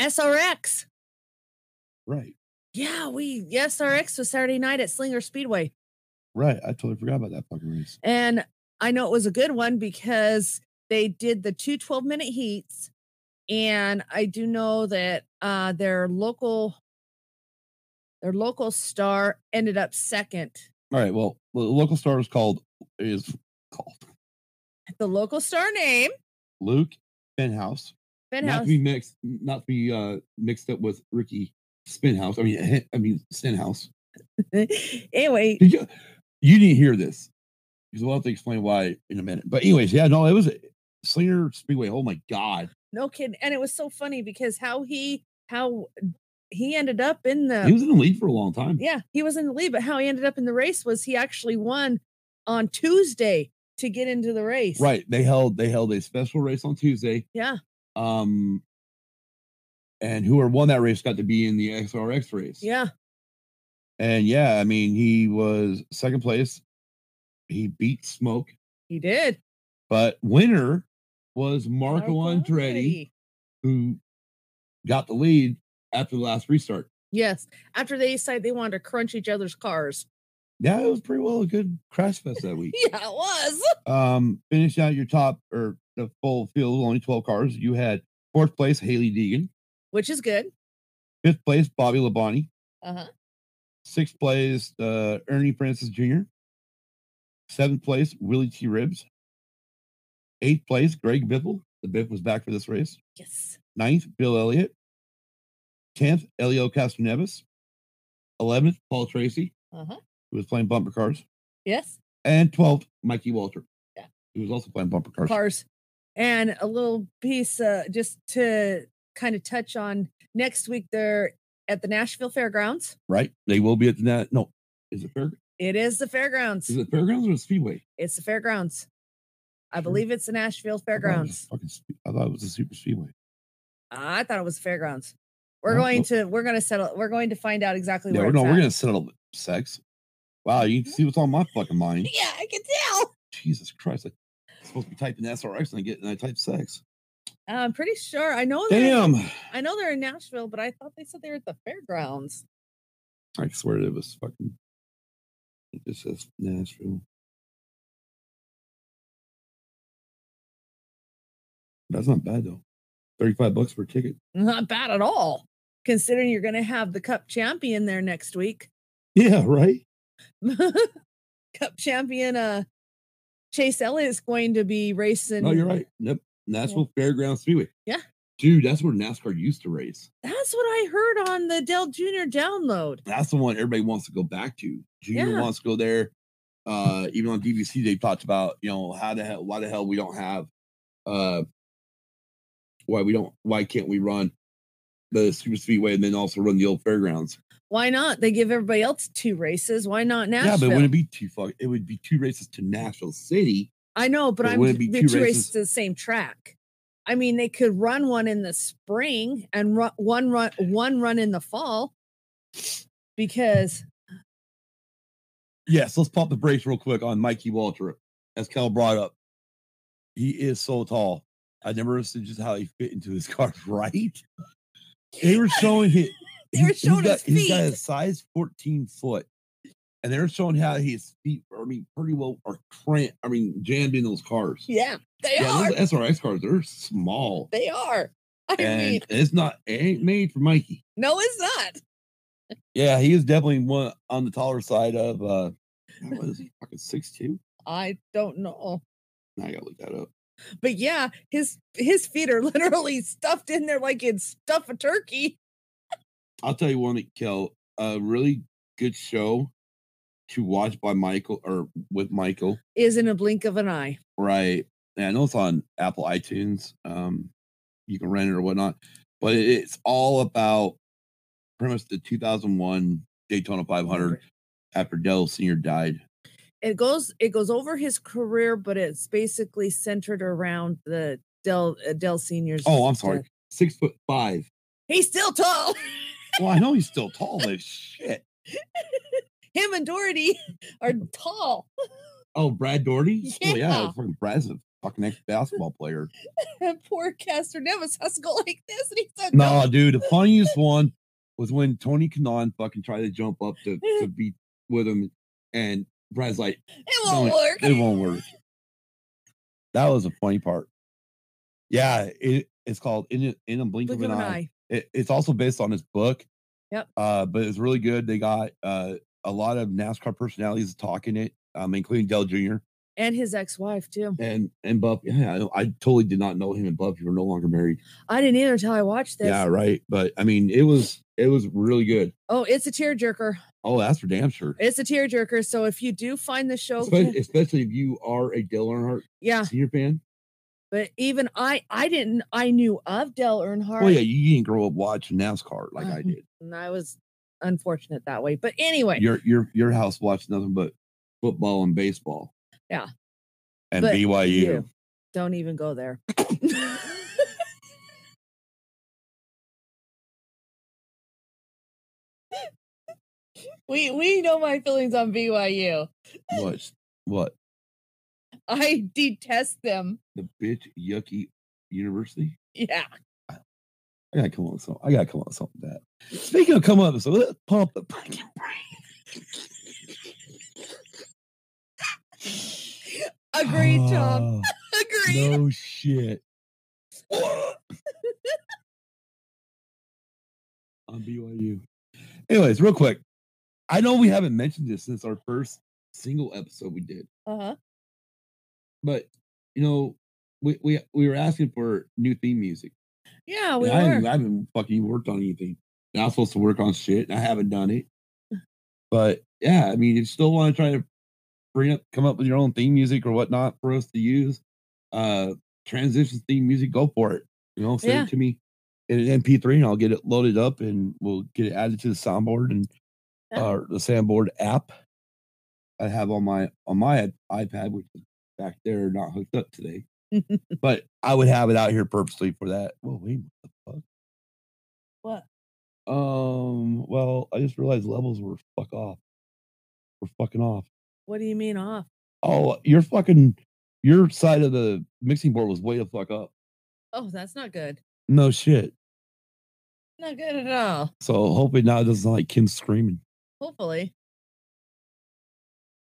SRX.
Right.
Yeah, we SRX was Saturday night at Slinger Speedway.
Right. I totally forgot about that fucking race.
And I know it was a good one because they did the two 12 minute heats. And I do know that uh, their local their local star ended up second.
All right. Well, the local star is called is called
The local star name,
Luke Finhouse. Not to
Finhouse.
be mixed, not to be uh, mixed up with Ricky Spinhouse. I mean, I mean Stenhouse.
anyway,
Did you? You didn't hear this because we'll have to explain why in a minute. But anyways, yeah, no, it was Slinger Speedway. Oh my god,
no kidding. And it was so funny because how he how he ended up in the
he was in the lead for a long time.
yeah, he was in the lead, but how he ended up in the race was he actually won on Tuesday to get into the race.
Right. They held they held a special race on Tuesday.
Yeah.
Um, and whoever won that race got to be in the XRX race.
Yeah.
And yeah, I mean, he was second place. He beat Smoke,
He did.
but winner was Marco,
Marco
Andretti,
Andretti.
who got the lead after the last restart.
Yes. After they decided they wanted to crunch each other's cars.
Yeah, it was pretty well a good crash fest that week.
Yeah, it was.
um, finished out your top or the full field, only 12 cars. You had fourth place, Haley Deegan,
Which is good.
fifth place, Bobby Labonte,
Uh-huh.
Sixth place, uh, Ernie Francis Jr. Seventh place, Willie T. Ribs. Eighth place, Greg Biffle. The Biff was back for this race.
Yes.
Ninth, Bill Elliott. Tenth, Elio Castroneves. Eleventh, Paul Tracy,
Uh-huh.
who was playing bumper cars.
Yes.
And twelfth, Mikey Walter.
Yeah.
Who was also playing bumper cars.
Cars. And a little piece uh just to kind of touch on next week they're at the Nashville Fairgrounds.
right? They will be at the na- no. Is it fair?
It is the fairgrounds.
Is it fairgrounds or the speedway?
It's the fairgrounds. I
Sure.
believe it's the Nashville
I thought it was
Fairgrounds.
fucking spe- I thought it was the super speedway.
I thought it was fairgrounds. We're
Well,
going
well-
to we're going to settle. We're going to find out exactly
Yeah,
where
we're,
it's
Oh, no,
at.
we're gonna settle sex. Wow, you can see what's on my fucking mind.
Yeah, I can tell.
Jesus Christ, I'm supposed to be typing SRX and I get and I type sex.
I'm pretty sure. I know. they're-
Damn.
I know they're in Nashville, but I thought they said they were at the fairgrounds.
I swear it was fucking it just says Nashville. That's not bad though. Thirty-five bucks for a ticket.
Not bad at all, considering you're going to have the Cup champion there next week.
Yeah, right.
Cup champion, uh, Chase Elliott is going to be racing.
No, you're right. Yep. Nashville Fairgrounds Speedway.
Yeah.
Dude, that's where NASCAR used to race.
That's what I heard on the Dell Junior download.
That's the one everybody wants to go back to. Junior
Yeah.
wants to go there. Uh, even on DVC, they talked about you know how the hell, why the hell we don't have, uh, why we don't, why can't we run the Super Speedway and then also run the old fairgrounds?
Why not? They give everybody else two races. Why not
Yeah, but
Nashville?
it wouldn't be too fuck. It would be two races to Nashville City.
I know, but
It
I'm
wouldn't be
they're
two
two races
races.
to the same track. I mean, they could run one in the spring and run one run one run in the fall because
Yes, let's pop the brakes real quick on Mikey Walter, as Cal brought up. He is so tall. I never understood just how he fit into his car, right? They were showing him.
They were showing
got,
his
He's got
feet.
a size 14 foot. And they were showing how his feet, I mean, pretty well are cramped. I mean, jammed in those cars.
yeah, they
yeah
are.
those SRX cars, they're small.
They are. I mean,
And it's not, it ain't made for Mikey.
no, it's not.
Yeah, he is definitely one on the taller side of, uh, what is he, fucking 6'2?
I don't know.
Now I gotta look that up.
But yeah, his his feet are literally stuffed in there like it's stuff a turkey.
I'll tell you one that Kel, a really good show to watch by Michael or with Michael.
Is in a blink of an eye.
Right. And I know it's on Apple iTunes. Um, you can rent it or whatnot, but it- it's all about pretty much the 2001 Daytona 500 after Dell Sr. died.
It goes it goes over his career, but it's basically centered around the Dell uh, Dell seniors.
Oh, I'm sorry. Six foot five.
He's still tall.
Well, I know he's still tall, but shit.
Him and Doherty are tall.
Oh, Brad Doherty? Oh, yeah.
Yeah.
Fucking Brad's a fucking ex basketball player.
And poor Caster Nevis has to go like this, and he said,
No, dude, the funniest one was when Tony Kanon fucking tried to jump up to, to be with him, and Brad's like,
It won't
"Don't-
work.
It won't work. That was the funny part. Yeah, it, it's called in a, in a blink,
Blink
of an, eye. It, it's also based on his book.
Yep.
Uh, but it's really good. They got uh, a lot of NASCAR personalities talking it, um, including Dell Jr.
And his ex-wife too.
and and Buff. Yeah, I, know- I totally did not know him and Buff. You were no longer married.
I didn't either until I watched this.
Yeah, right. But I mean, it was it was really good.
Oh, it's a tearjerker.
Oh, that's for damn sure.
It's a tearjerker. So if you do find the show,
Espe- Especially if you are a Dale Earnhardt
yeah.
senior fan.
But even I, I didn't. I knew of Dell Earnhardt.
Well, Oh, yeah, you didn't grow up watching NASCAR like I
Um,
did.
and I was unfortunate that way. But anyway,
Your your your house watched nothing but football and baseball.
Yeah.
and
But
BYU.
you. don't even go there. we we know my feelings on BYU.
What what
I detest them.
the bitch yucky university?
Yeah.
I gotta come up with something. I gotta come up with something like that. Speaking of come up with something, let's pump the fucking
Agreed, Tom.
Oh,
Agreed.
No shit. on BYU. Anyways, real quick. I know we haven't mentioned this since our first single episode we did,
Uh-huh.
but you know, we we, we were asking for new theme music.
Yeah,
and
we
I, haven't,
were.
I haven't fucking worked on anything. And I was supposed to work on shit, and I haven't done it. But yeah, I mean, if you still want to try to bring up, come up with your own theme music or whatnot for us to use, uh, transitions theme music, go for it. You know, send
Yeah.
it to me in an MP3, and I'll get it loaded up, and we'll get it added to the soundboard and
Yeah.
uh, the soundboard app. I have on my on my iPad, which is back there, not hooked up today but I would have it out here purposely for that. Well, wait, what the
What?
fuck? Um, well, I just realized levels were fuck off. We're fucking off.
What do you mean off?
Oh, your fucking your side of the mixing board was way the fuck up.
Oh, that's not good.
No shit.
Not good at all.
So hopefully now it doesn't sound like Kim screaming.
Hopefully.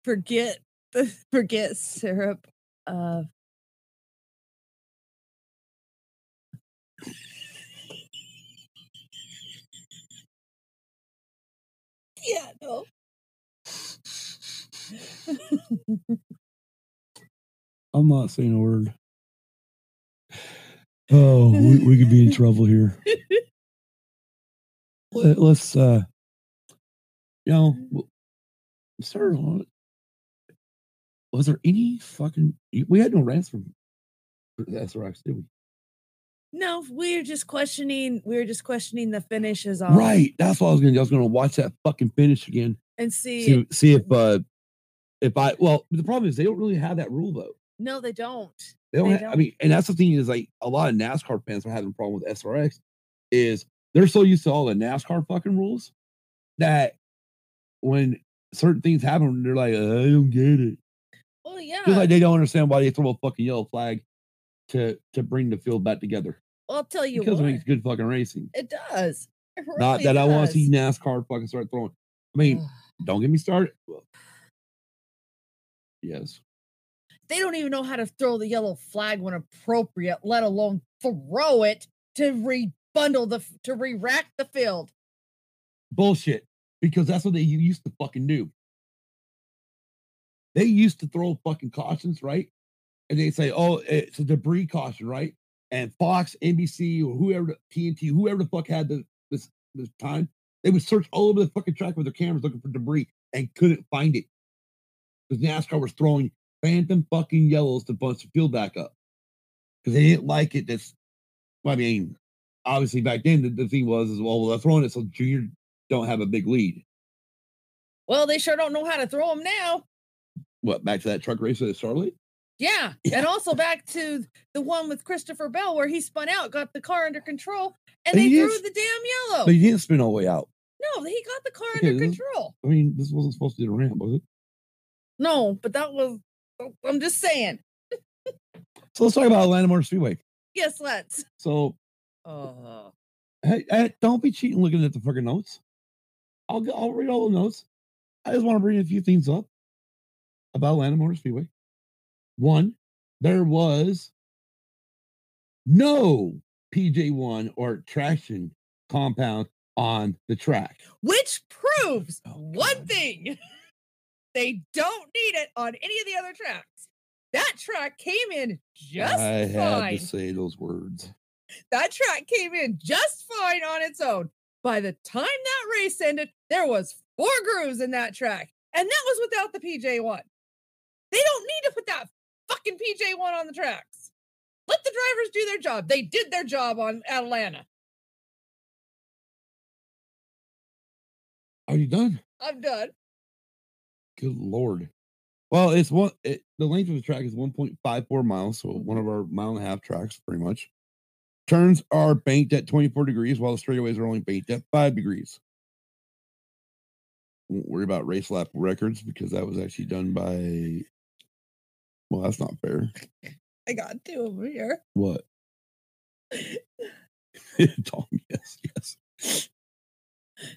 Forget the forget syrup of Yeah, no.
I'm not saying a word. Oh, we, we could be in trouble here. Let, us uh, you know, w- sir, wa- was there any fucking? y- We had no ransom. for the SRX, did we?
No, we're just questioning we're just questioning the finishes on
Right. That's what I was gonna. do. I was gonna watch that fucking finish again.
and see
See, see if uh, if I. Well, the problem is they don't really have that rule though.
No, they don't.
They don't.
They
ha- I
don't.
mean, and that's the thing is like a lot of NASCAR fans are having a problem with SRX is they're so used to all the NASCAR fucking rules that when certain things happen, they're like, I don't get it.
Well, yeah.
Just like they don't understand why they throw a fucking yellow flag to to bring the field back together
I'll tell you
because
what.
it makes good fucking racing.
It does. It
Not
really
that I want to
does.
see NASCAR fucking start throwing. I mean,
Ugh.
don't get me started. Well, yes,
They don't even know how to throw the yellow flag when appropriate, let alone throw it to rebundle the f- to re-rack the field.
bullshit because that's what they u- used to fucking do. They used to throw fucking cautions, right? And they say, "Oh, it's a debris caution, right?" And Fox, NBC, or whoever, the- TNT, whoever the fuck had the this this time, they would search all over the fucking track with their cameras looking for debris and couldn't find it because NASCAR was throwing phantom fucking yellows to bunch the field back up because they didn't like it. That's, well, I mean, obviously back then the, the thing was is well, well, they're throwing it so junior don't have a big lead.
Well, they sure don't know how to throw them now.
What back to that truck race with Charlotte?
Yeah.
Yeah.
And also back to the one with Christopher Bell where he spun out, got the car under control,
But
and they
he
threw
is-
the damn yellow.
But he didn't spin all the way out.
no, he got the car
Okay,
under
this is-
control.
I mean, this wasn't supposed to be the ramp, was it?
No, but that was oh, I'm just saying.
So let's talk about Atlanta Motor Speedway.
Yes, let's.
So
Oh.
hey, hey, don't be cheating looking at the fucking notes. I'll go, I'll read all the notes. I just want to bring a few things up. about Atlanta Motor Speedway. One, there was no PJ1 or traction compound on the track.
which proves
Oh,
one
God.
thing they don't need it on any of the other tracks. That track came in just
I had
fine.
to say those words.
That track came in just fine on its own. By the time that race ended, there was four grooves in that track, and that was without the PJ1. They don't need to put that fucking PJ1 on the tracks. Let the drivers do their job. They did their job on Atlanta.
Are you done?
I'm done.
Good lord. Well, it's one. It, the length of the track is 1.54 miles, so one of our mile and a half tracks, pretty much. Turns are banked at 24 degrees, while the straightaways are only banked at five degrees. Won't worry about race lap records because that was actually done by. Well, that's not fair.
I got two over here.
What? Tom, yes, yes.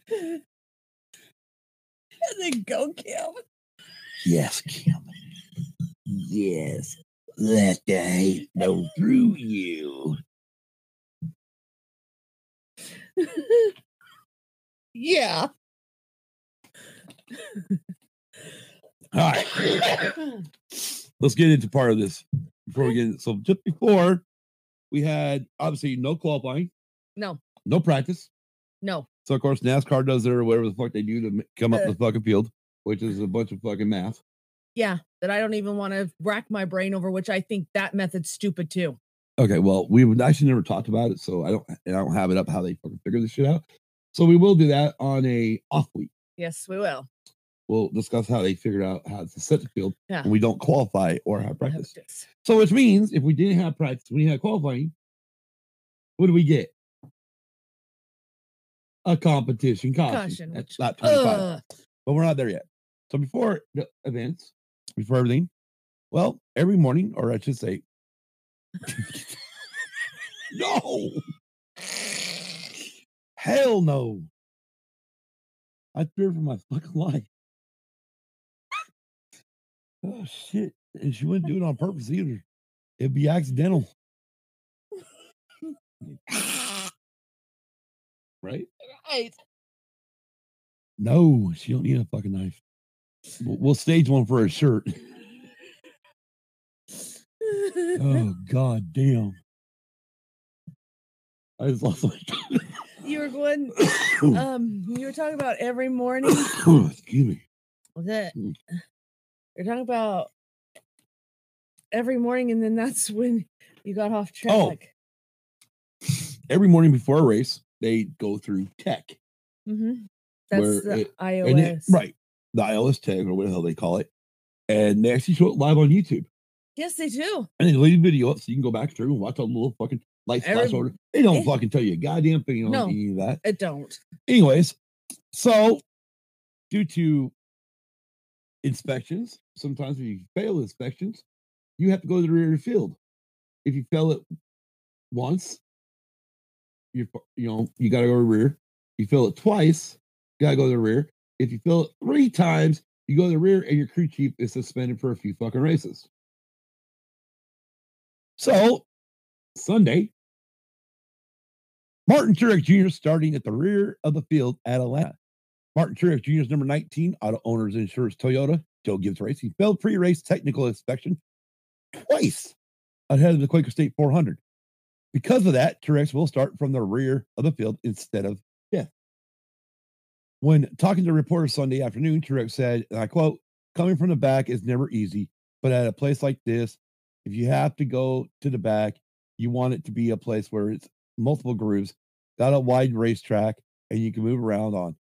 and then go Cam.
Yes, Kim. Yes. Let the hate flow through you.
yeah.
All right. let's get into part of this before we get in. So just before we had obviously no qualifying,
no,
no practice.
no.
So of course NASCAR does their whatever the fuck they do to m- come up
Uh.
the fucking field, which is a bunch of fucking math.
Yeah. That I don't even want to rack my brain over, which I think that method's stupid too.
Okay, well we've actually never talked about it, so I don't and I don't have it up how they fucking figure this shit out. So we will do that on a off week.
Yes, we will.
We'll discuss how they figured out how to set the field
Yeah.
when we don't qualify or have
We'll have
practice.
this.
So which means if we didn't have practice, we had qualifying, what do we get? A competition caution. at
Caution, which- Oh,
lap 25.
Ugh.
But we're not there yet. So before the events, before everything, well, every morning, or I should say, no, hell no. I fear for my fucking life. oh shit! And she wouldn't do it on purpose either. It'd be accidental, right?
Right.
No, she don't need a fucking knife. We'll, we'll stage one for a shirt. Oh god damn. I just lost
you were going,
my
um, you were talking about every morning
excuse me.
that
Mm.
you're talking about every morning, and then that's when you got off track.
Oh. Every morning before a race, they go through tech.
hmm That's
Where
the
it-
iOS.
and it- right. The ILS tech or what the hell they call it. And they actually show it live on YouTube.
Yes, they do.
And they leave the video up so you can go back through and watch all the little fucking lights flash
Every-
over. They don't
eh.
fucking tell you a goddamn thing on
No.
any of that.
It don't.
anyways, so due to inspections, sometimes if you fail inspections, you have to go to the rear of the field. If you fail it once, you you know you got to go to the rear. You fail it twice, you got to go to the rear. If you fail it three times, you go to the rear, and your crew chief is suspended for a few fucking races. So Sunday, Martin Truex Jr. starting at the rear of the field at Atlanta. Martin Truex Jr. is number 19, Auto Owners Insurance Toyota, Joe Gibbs Racing, failed pre race technical inspection twice ahead of the Quaker State 400. Because of that, Truex will start from the rear of the field instead of fifth. When talking to reporters Sunday afternoon, Truex said, and I quote, coming from the back is never easy, but at a place like this, if you have to go to the back, you want it to be a place where it's multiple grooves, got a wide racetrack, and you can move around on.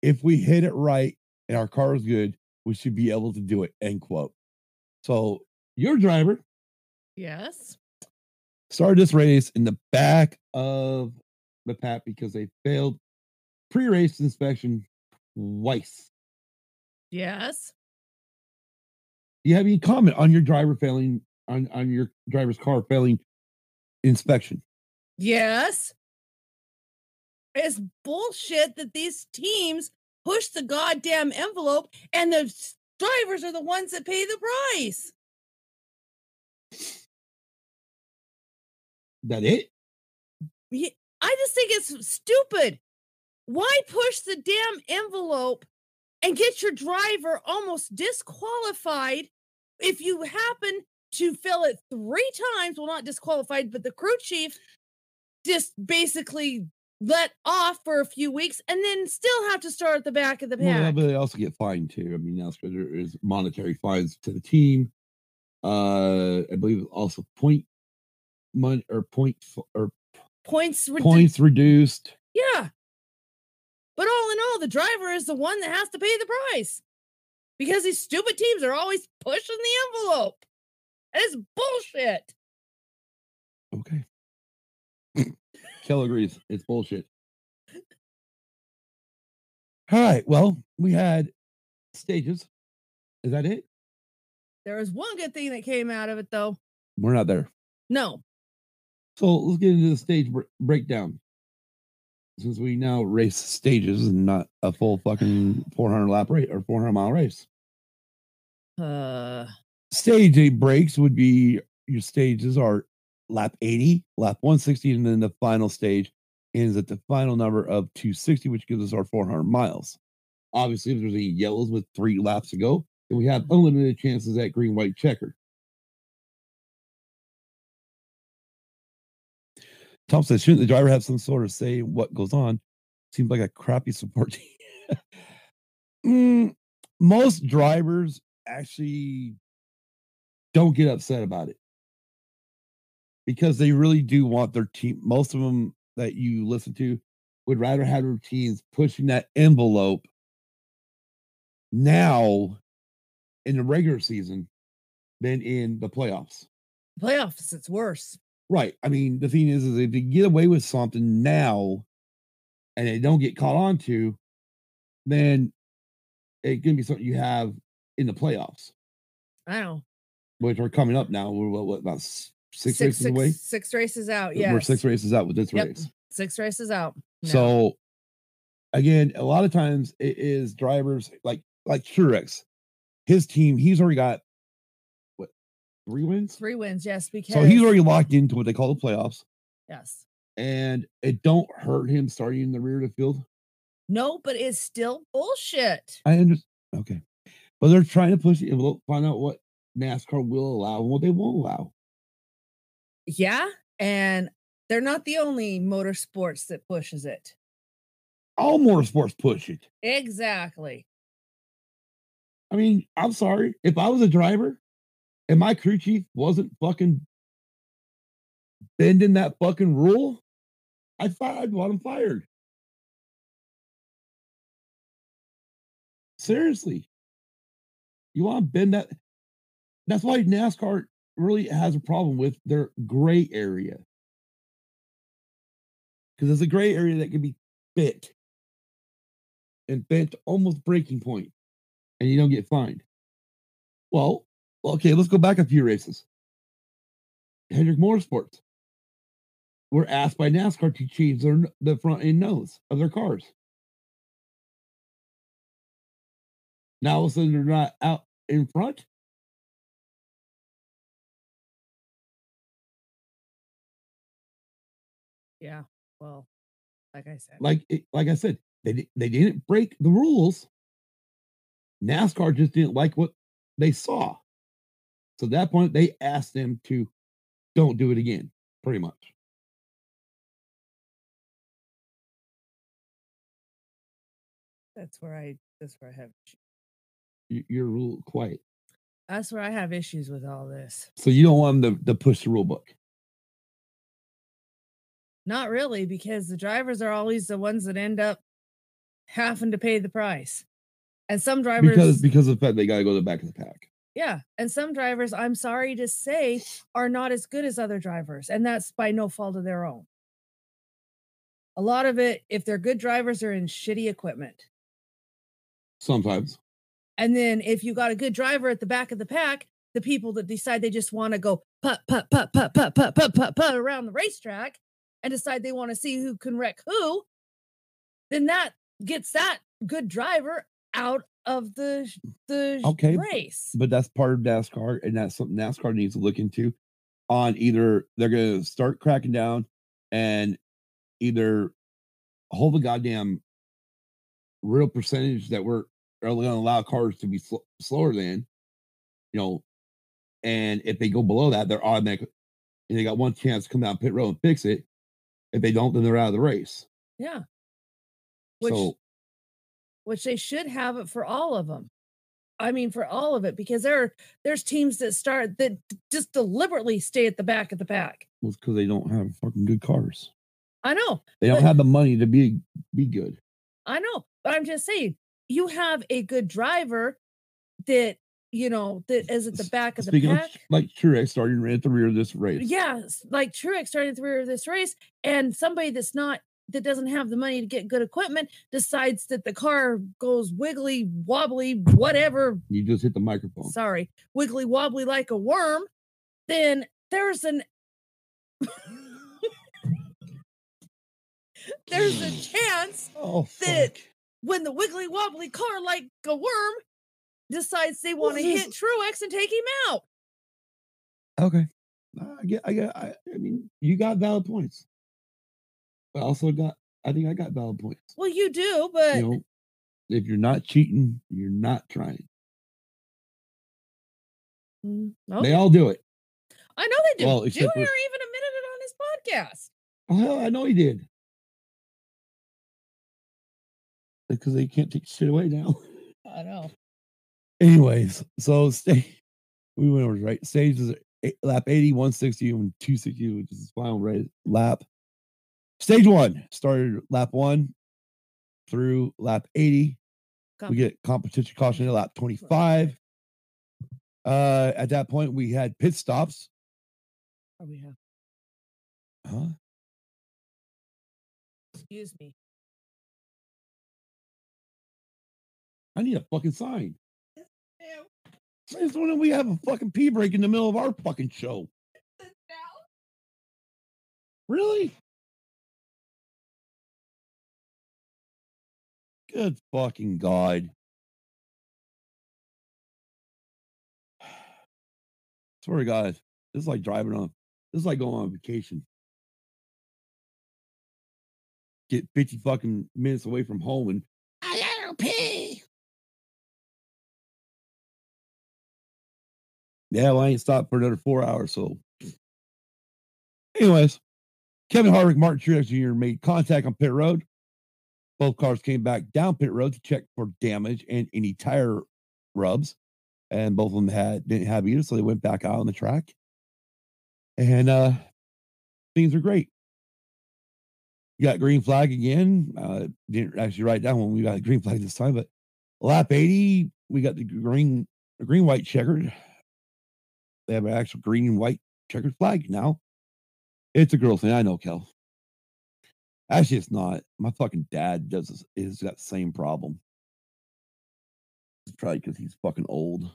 If we hit it right and our car is good, we should be able to do it. End quote. So your driver
Yes.
started this race in the back of the pack because they failed pre-race inspection twice.
Yes.
Do you have any comment on your driver failing on, on your driver's car failing inspection?
Yes. It's bullshit that these teams push the goddamn envelope and the s- Drivers are the ones that pay the price.
That it?
Ye- I just think it's stupid. Why push the damn envelope and get your driver almost disqualified if you happen to fill it three times? Well, not disqualified, but the crew chief just basically let off for a few weeks and then still have to start at the back of the
Well, yeah,
pack.
but they also get fined too. I mean, now there is monetary fines to the team. Uh, I believe also point money or point f- or
Points, redu-
points reduced.
Yeah. But all in all, the driver is the one that has to pay the price because these stupid teams are always pushing the envelope. And it's bullshit.
Okay. Kel agrees. It's bullshit. All right. Well, we had stages. Is that it?
There was one good thing that came out of it, though.
We're not there.
No,
So let's get into the stage br- breakdown. Since we now race stages and not a full fucking 400 lap race or 400 mile race,
uh,
stage eight breaks would be your stages are lap 80, lap 160, and then the final stage ends at the final number of 260, which gives us our 400 miles. Obviously, if there's any yellows with three laps to go, then we have unlimited chances at green, white, checker. Tom says, shouldn't the driver have some sort of say in what goes on? Seems like a crappy support team. Mm, most drivers actually don't get upset about it because they really do want their team. Most of them that you listen to would rather have their teams pushing that envelope now in the regular season than in the playoffs.
playoffs, it's worse.
Right. I mean, the thing is, is if you get away with something now and they don't get caught on to, then it can be something you have in the playoffs,
I know.
which are coming up now. We're what, what about s- six, races
six,
away?
six races out.
Yeah,
Yeah.
We're six races out with this
Uh, Yep.
race.
Six races out. No.
So again, a lot of times it is drivers like like Truex, his team, he's already got what three wins?
three wins. Yes. Because,
So he's already locked into what they call the playoffs.
yes.
And it don't hurt him starting in the rear of the field.
No, but it's still bullshit.
I understand. Okay. But they're trying to push the envelope, find out what NASCAR will allow and what they won't allow.
Yeah. And they're not the only motorsports that pushes it.
All motorsports push it.
Exactly.
I mean, I'm sorry. If I was a driver and my crew chief wasn't fucking bending that fucking rule, I fi- I'd want him fired. Seriously. You want to bend that? That's why NASCAR really has a problem with their gray area. Because it's a gray area that can be bent and bent to almost breaking point and you don't get fined. Well, okay, let's go back a few races. Hendrick Motorsports were asked by NASCAR to change their n- the front end nose of their cars. Now all of a sudden they're not out in front.
Yeah. Well, like I said,
Like it, like I said, they di- they didn't break the rules. NASCAR just didn't like what they saw. So at that point, they asked them to don't do it again, pretty much.
that's where I that's where I have issue-
You- You're real quiet.
that's where I have issues with all this.
So you don't want them to, to push the rule book.
Not really, because the drivers are always the ones that end up having to pay the price. And some drivers
Because because of the fact they gotta go to the back of the pack.
yeah, and some drivers, I'm sorry to say, are not as good as other drivers, and that's by no fault of their own. A lot of it, if they're good drivers, are in shitty equipment.
Sometimes.
And then if you got a good driver at the back of the pack, the people that decide they just want to go putt, putt, putt, putt, putt, putt, putt, putt, putt around the racetrack and decide they want to see who can wreck who, then that gets that good driver out of the the
Okay, b-
race.
but that's part of NASCAR, and that's something NASCAR needs to look into. On either they're going to start cracking down and either hold the goddamn real percentage that we're are going to allow cars to be sl- slower than, you know, and if they go below that, they're automatic. And they got one chance to come down pit road and fix it. If they don't, then they're out of the race.
Yeah. Which
so
which they should have it for all of them. I mean, for all of it, because there are, there's teams that start that d- just deliberately stay at the back of the pack.
it's because they don't have fucking good cars.
I know,
They don't
But-
have the money to be be good.
I know, but I'm just saying, you have a good driver that you know that is at the
S-
back of the
Speaking of
pack.
Ch- like Truex starting right at the rear of this race.
yeah, s- like Truex starting the rear of this race, and somebody that's not that doesn't have the money to get good equipment decides that the car goes wiggly wobbly, whatever.
You just hit the microphone.
Sorry, wiggly wobbly like a worm. Then there's an there's a chance
oh,
that-
fuck.
when the wiggly wobbly car like a worm decides they
Well,
want to
this-
hit Truex and take him out.
Okay. I get, I get, I, I mean, you got valid points. But I also got, I think I got valid points.
Well, you do, but
you know, if you're not cheating, you're not trying.
Mm, no,
They all do it.
I know they do.
well,
Junior
except for-
even admitted it on his podcast.
Oh, hell, I know he did. Because they can't take shit away now.
I know.
Anyways, so stay. We went over right. Stage is eight, lap 80, 160, and 260, which is his final race, lap. Stage one started lap one through lap 80.
Got
We
me.
get competition caution at lap 25. Uh, at that point, we had pit stops.
Oh, we have.
Huh?
Excuse me.
I need a fucking sign. I just wonder we have a fucking pee break in the middle of our fucking show. Really? Good fucking God. Swear to God, this is like driving on, this is like going on vacation. Get 50 fucking minutes away from home and I gotta pee. Yeah, well, I ain't stopped for another four hours, so. Anyways, Kevin Harvick, Martin Truex Jr. made contact on pit road. Both cars came back down pit road to check for damage and any tire rubs, and both of them had didn't have either, so they went back out on the track. And uh things were great. You got green flag again. Uh, didn't actually write down when we got a green flag this time, but lap 80, we got the green the green white checkered. They have an actual green and white checkered flag now. It's a girl thing. I know, Kel. Actually, it's not. My fucking dad does this, is that same problem. It's probably because he's fucking old.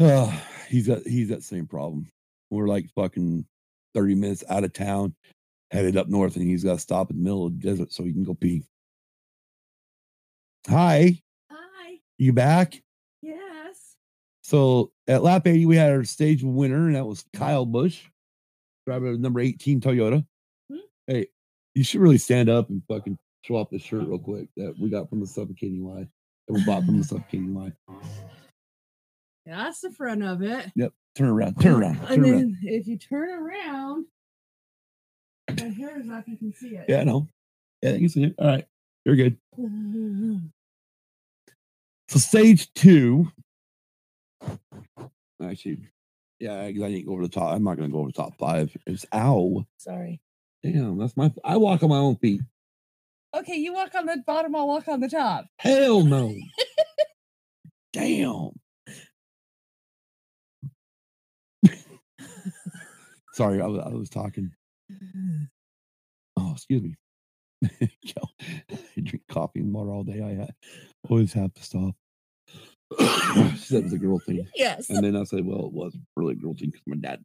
Uh, he's got he's that same problem. We're like fucking 30 minutes out of town, headed up north, and he's got to stop in the middle of the desert so he can go pee. Hi,
Hi.
you back?
Yes.
So at lap 80, we had our stage winner, and that was Kyle Bush, driver of number 18 Toyota.
Hmm?
Hey, you should really stand up and fucking show off this shirt real quick that we got from the suffocating lie that we bought from the suffocating lie.
That's the front of it.
Turn around, turn around, turn around.
and then if you turn around, my hair is up, you can see it.
Yeah, I know. Yeah, you can see it. All right, you're good. So stage two. Actually, yeah, 'cause I didn't go over the top. I'm not gonna go over the top five. It's ow.
Sorry.
Damn, that's my. I walk on my own feet.
Okay, you walk on the bottom, I'll walk on the top.
Hell no. Damn. Sorry, I was, I was talking. Oh, excuse me. Yo, I drink coffee and water all day. I ha- always have to stop. she said it was a girl thing.
Yes.
And then I said, well, it was really a girl thing because my dad,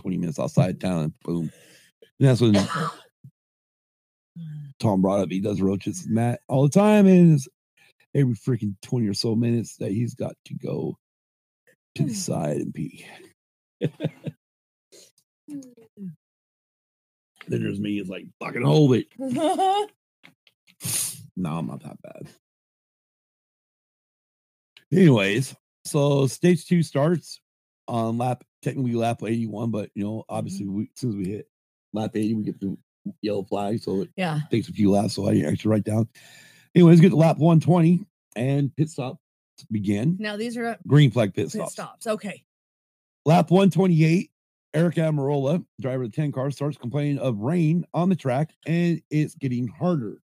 20 minutes outside town, and boom. And that's when Mm-hmm. Tom brought up he does roaches with Matt all the time. And it's, every freaking 20 or so minutes that he's got to go to the side and pee. Then there's me, it's like, fucking hold it. No, I'm not that bad. Anyways, so stage two starts on lap, technically lap 81, but you know, obviously, we, as soon as we hit lap 80, we get the yellow flag. So it
yeah.
takes a few laps. So I actually write down. Anyways, get to lap 120 and pit stop begin.
Now these are
Green flag pit
pit
stops.
stops. Okay.
Lap 128, Eric Amarola, driver of the 10 car, starts complaining of rain on the track and it's getting harder.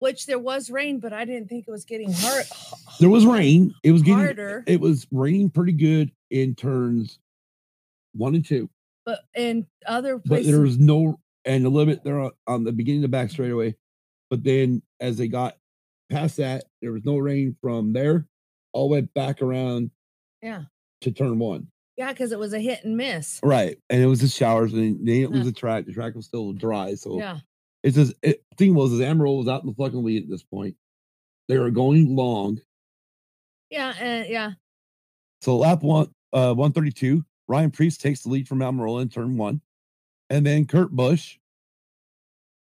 Which there was rain, but I didn't think it was getting hard. h-
There was rain. It was getting
harder,
it was raining pretty good in turns one and two,
but in other
but
places.
there was no and a little bit there on, on the beginning of the back straightaway. But then as they got past that, there was no rain from there all the way back around
Yeah.
to turn one.
yeah, because it was a hit and miss.
Right. And it was the showers and they didn't
Huh.
lose the track. The track was still dry. So
Yeah.
It's just it, thing was is Amarillo was out in the fucking lead at this point. They were going long.
Yeah. And yeah.
So lap one uh 132, Ryan Priest takes the lead from Amarillo in turn one. And then Kurt Busch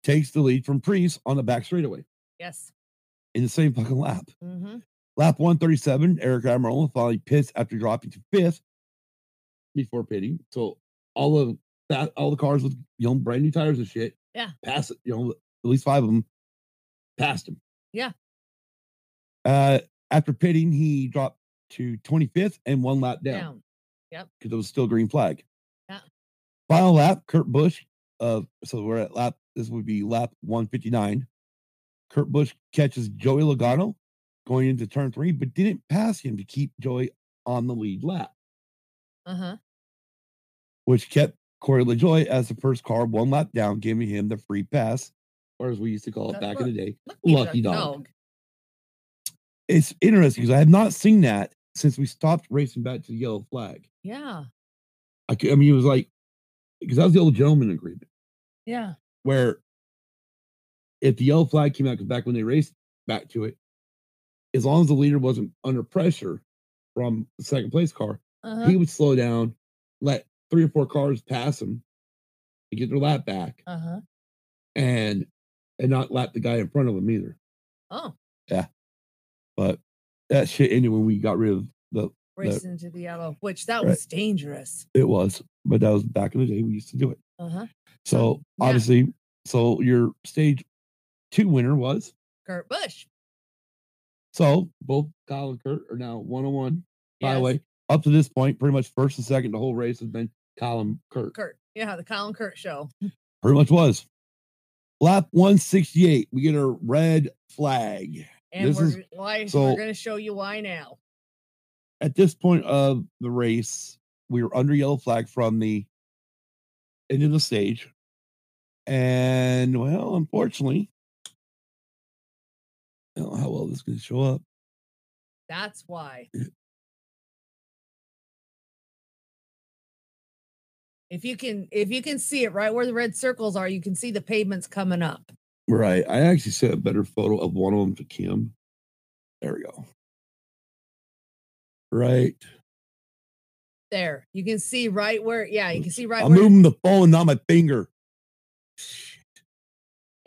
takes the lead from Priest on the back straightaway
Yes.
in the same fucking lap.
Mm-hmm.
Lap 137, Eric Amarillo finally pits after dropping to fifth before pitting. So all of that, all the cars with you know brand new tires and shit.
Yeah.
Pass it, you know, at least five of them passed him.
Yeah.
Uh, after pitting, he dropped to 25th and one lap down
Down.
because it was still green flag.
Yeah.
Final lap, Kurt Busch. Uh, so we're at lap. This would be lap 159. Kurt Busch catches Joey Logano going into turn three, but didn't pass him to keep Joey on the lead lap,
Uh huh.
which kept Corey LaJoy as the first car one lap down, giving him the free pass, or as we used to call it
That's
back
what-
in the day, lucky dog. It's interesting because I have not seen that since we stopped racing back to the yellow flag.
Yeah.
I, c- I mean, it was like because that was the old gentleman agreement.
Yeah.
where if the yellow flag came out, because back when they raced back to it, as long as the leader wasn't under pressure from the second place car,
Uh huh.
he would slow down, let three or four cars pass him to get their lap back,
Uh huh.
and and not lap the guy in front of him either.
Oh,
But that shit ended when we got rid of the.
raced into the yellow, which that
Right.
was dangerous.
It was, but that was back in the day we used to do it.
Uh huh.
So
yeah.
obviously, so your stage two winner was
Kurt Bush.
so both Kyle and Kurt are now one on one By the
Yes,
way, up to this point, pretty much first and second, the whole race has been Colin Kirk.
Kurt. Yeah, the Colin Kurt show.
Pretty much was. Lap 168, we get a red flag.
And
This
we're
is-
g- why
so-
we're gonna show you why now.
At this point of the race, we were under yellow flag from the end of the stage. And well, unfortunately, I don't know how well this is going to show up.
That's why. If you can if you can see it right where the red circles are, you can see the pavements coming up.
Right. I actually sent a better photo of one of them to Kim. There we go. Right.
There. You can see right where yeah, you can see right
I'm
where
moving the phone, not my finger.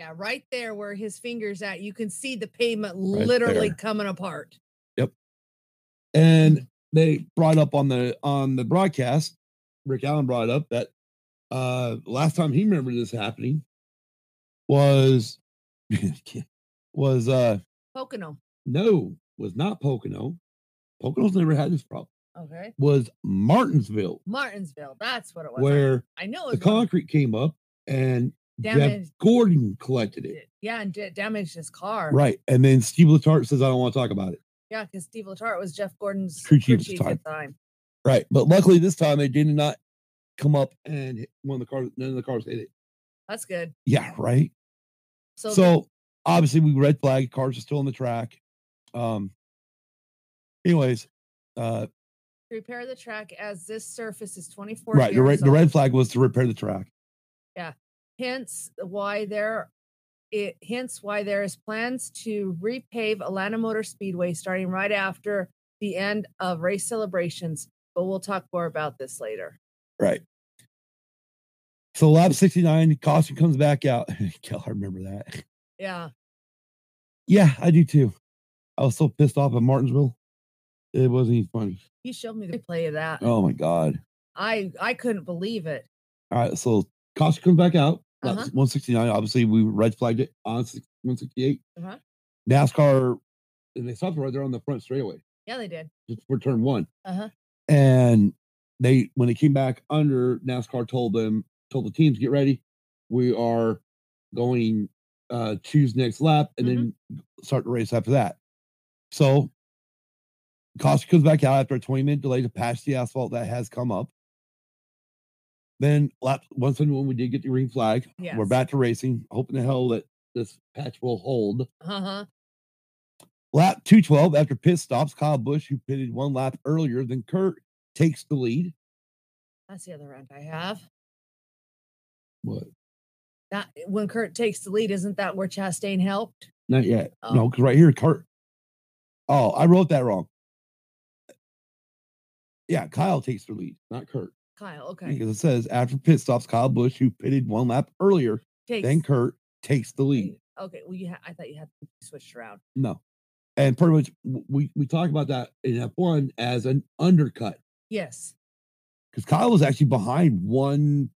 yeah, right there where his fingers at. You can see the pavement
Right
literally
there.
coming apart.
And they brought up on the on the broadcast, Rick Allen brought up that uh last time he remembered this happening was was uh
Pocono.
no, was not Pocono. Pocono's never had this problem.
Okay.
Was Martinsville,
Martinsville. That's what it was. I-
where
I know
the
it was
concrete came up and Jeff
damaged.
Gordon collected it.
Yeah, and da- damaged his car.
Right. And then Steve Letarte says, I don't want to talk about it.
Yeah, because Steve Letarte was Jeff Gordon's
Crew
crew
chief
chief,
at the time.
at the time.
Right. But luckily this time they did not come up and hit one of the cars, none of the cars hit it.
That's good.
Yeah, right.
So,
So,
the-
obviously we red flag cars are still on the track. Um anyways, uh
repair the track as this surface is 24
right, the
years
red, the
old.
red flag was to repair the track.
Hence why there it hints why there is plans to repave Atlanta Motor Speedway starting right after the end of race celebrations. But we'll talk more about this later.
Right. So lap 69, Caution comes back out. Kel, I remember that.
Yeah.
Yeah, I do too. I was so pissed off at Martinsville. It wasn't even funny.
You showed me the replay of that.
Oh my God.
I I couldn't believe it.
All right. So Caution comes back out. Lap
Uh-huh.
169. Obviously, we red flagged it on six- 168.
Uh-huh.
NASCAR, and they stopped right there on the front straightaway
Yeah, they did.
just for turn one.
Uh-huh.
And they, when they came back under, NASCAR told them, told the teams, get ready. We are going uh choose next lap and
Mhm.
then start the race after that. So Costa comes back out after a 20 minute delay to patch the asphalt that has come up. Then lap 171, we did get the green flag.
Yes.
We're back to racing, hoping to hell that this patch will hold.
Uh-huh.
Lap 212 after pit stops, Kyle Busch, who pitted one lap earlier than Kurt, takes the lead.
That's the other rant I have.
What?
That when Kurt takes the lead, isn't that where Chastain helped?
Not yet.
Oh.
No, because right here, Kurt. Oh, I wrote that wrong. Yeah, Kyle takes the lead, not Kurt.
Kyle, okay.
Because it says after pit stops, Kyle Busch, who pitted one lap earlier
Takes
than Kurt, takes the lead.
Okay, well you ha- I thought you had switched around.
No. And pretty much w- we, we talk about that in F1 as an undercut.
Yes.
because Kyle was actually behind one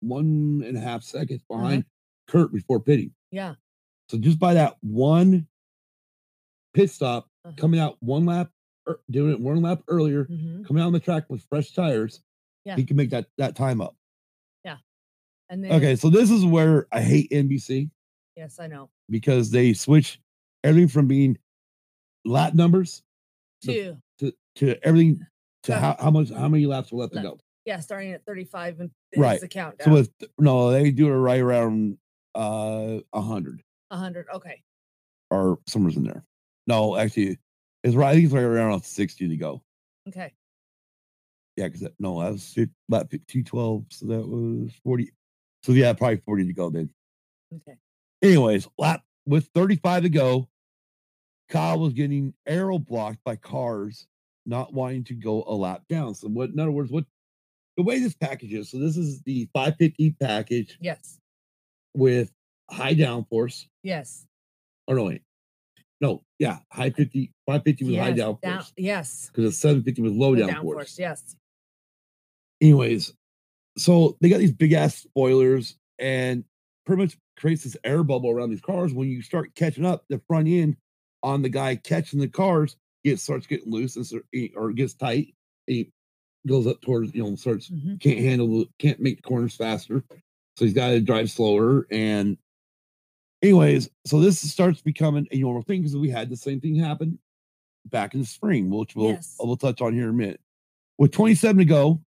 one and a half seconds behind Kurt before pitting.
Mm-hmm. Yeah.
So just by that one pit stop,
Uh-huh.
coming out one lap, ear- doing it one lap earlier,
hmm
coming out on the track with fresh tires,
Yeah.
he can make that that time up.
And then
Okay, so this is where I hate NBC
yes, I know.
because they switch everything from being lap numbers The-
Two.
to to everything to
Traffic.
how, how much how many laps are left,
Left.
to go.
Yeah, starting at 35 and
Right.
is the countdown.
So with no, they do it right around uh hundred.
100. Okay.
or somewhere's in there. No, actually, it's right. I think it's right around 60 to go.
Okay.
Yeah, because no, that was fif- lap 212. So that was 40. So yeah, probably 40 to go then.
Okay.
Anyways, lap with 35 to go, Kyle was getting arrow blocked by cars not wanting to go a lap down. So what? In other words, what the way this package is. So this is the 550 package
Yes.
with high downforce.
Yes.
Or no, wait, no, yeah, high 50, 550 with high
yes.
downforce.
down- yes.
because it's 750 with low
the
downforce.
downforce, Yes.
Anyways, so they got these big ass spoilers and pretty much creates this air bubble around these cars. When you start catching up, the front end on the guy catching the cars gets starts getting loose and start- eh, or gets tight. He goes up towards you know starts
hmm
can't handle the- can't make the corners faster, so he's got to drive slower and. Anyways, so this starts becoming a normal thing because we had the same thing happen back in the spring, which we'll
Yes.
we'll touch on here in a minute. With 27 to go,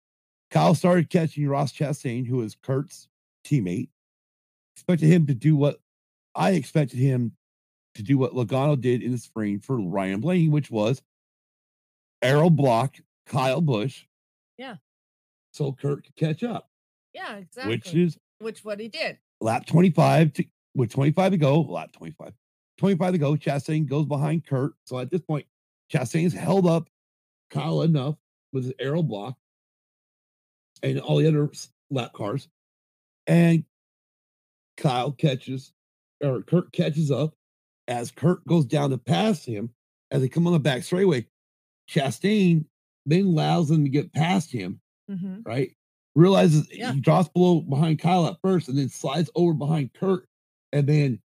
Kyle started catching Ross Chastain, who is Kurt's teammate. Expected him to do what I expected him to do what Logano did in the spring for Ryan Blaney, which was arrow block Kyle Bush.
Yeah.
So Kurt could catch up,
Yeah, exactly.
which is
Which what he did.
lap 25 to with 25 to go, lap 25, 25 to go. Chastain goes behind Kurt. So at this point, Chastain's held up Kyle enough with his arrow block and all the other s- lap cars. And Kyle catches or Kurt catches up as Kurt goes down to pass him as they come on the back straightaway. Chastain then allows them to get past him
hmm
right? Realizes
Yeah.
he drops below behind Kyle at first, and then slides over behind Kurt, and then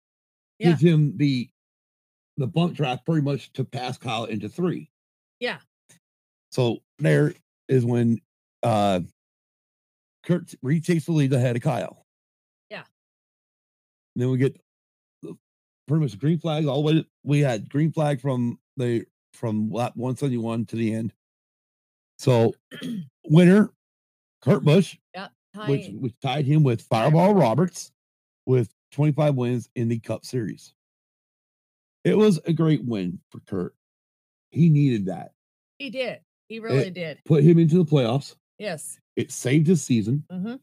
Yeah.
gives him the the bump draft pretty much to pass Kyle into three.
Yeah.
So there is when uh Kurt retakes the lead ahead of Kyle.
Yeah.
And then we get the- pretty much green flag all the way. We had green flag from the from lap one seventy one to the end. So winner, Kurt Busch, which,
Tying-
which tied him with Fireball Roberts with 25 wins in the Cup Series. It was a great win for Kurt. He needed that.
he did.
Eh
He really did.
Put him into the playoffs.
Yes. mm-hmm,
It saved his season.
hmm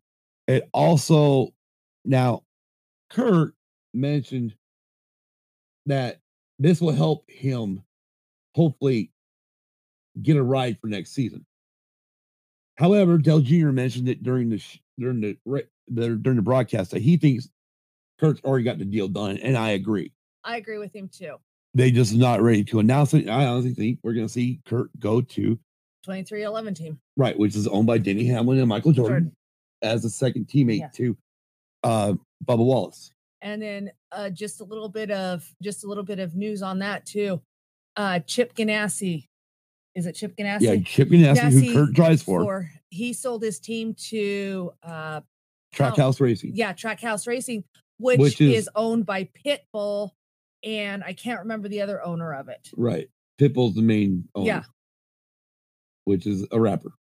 It also now Kurt mentioned that this will help him hopefully get a ride for next season. However, Dell Jr. mentioned it during the sh- during the re- the- during the broadcast that he thinks Kurt's already got the deal done, and I agree.
I agree with him too.
They just not ready to announce it. I honestly think we're going to see Kurt go to
2311 team.
right, which is owned by Denny Hamlin and Michael Jordan, as a second teammate
Mm-hmm. Yeah.
to uh, Bubba Wallace.
And then uh, just a little bit of just a little bit of news on that too. Uh, Chip Ganassi, is it Chip Ganassi?
Yeah, Chip Ganassi,
Ganassi
who Kurt drives for,
for oh, he sold his team to uh,
Trackhouse Racing.
yeah Trackhouse Racing, which,
Which
is,
is-
owned by Pitbull, and I can't remember the other owner of it.
Right. Pitbull's the main owner.
Yeah.
Which is a rapper.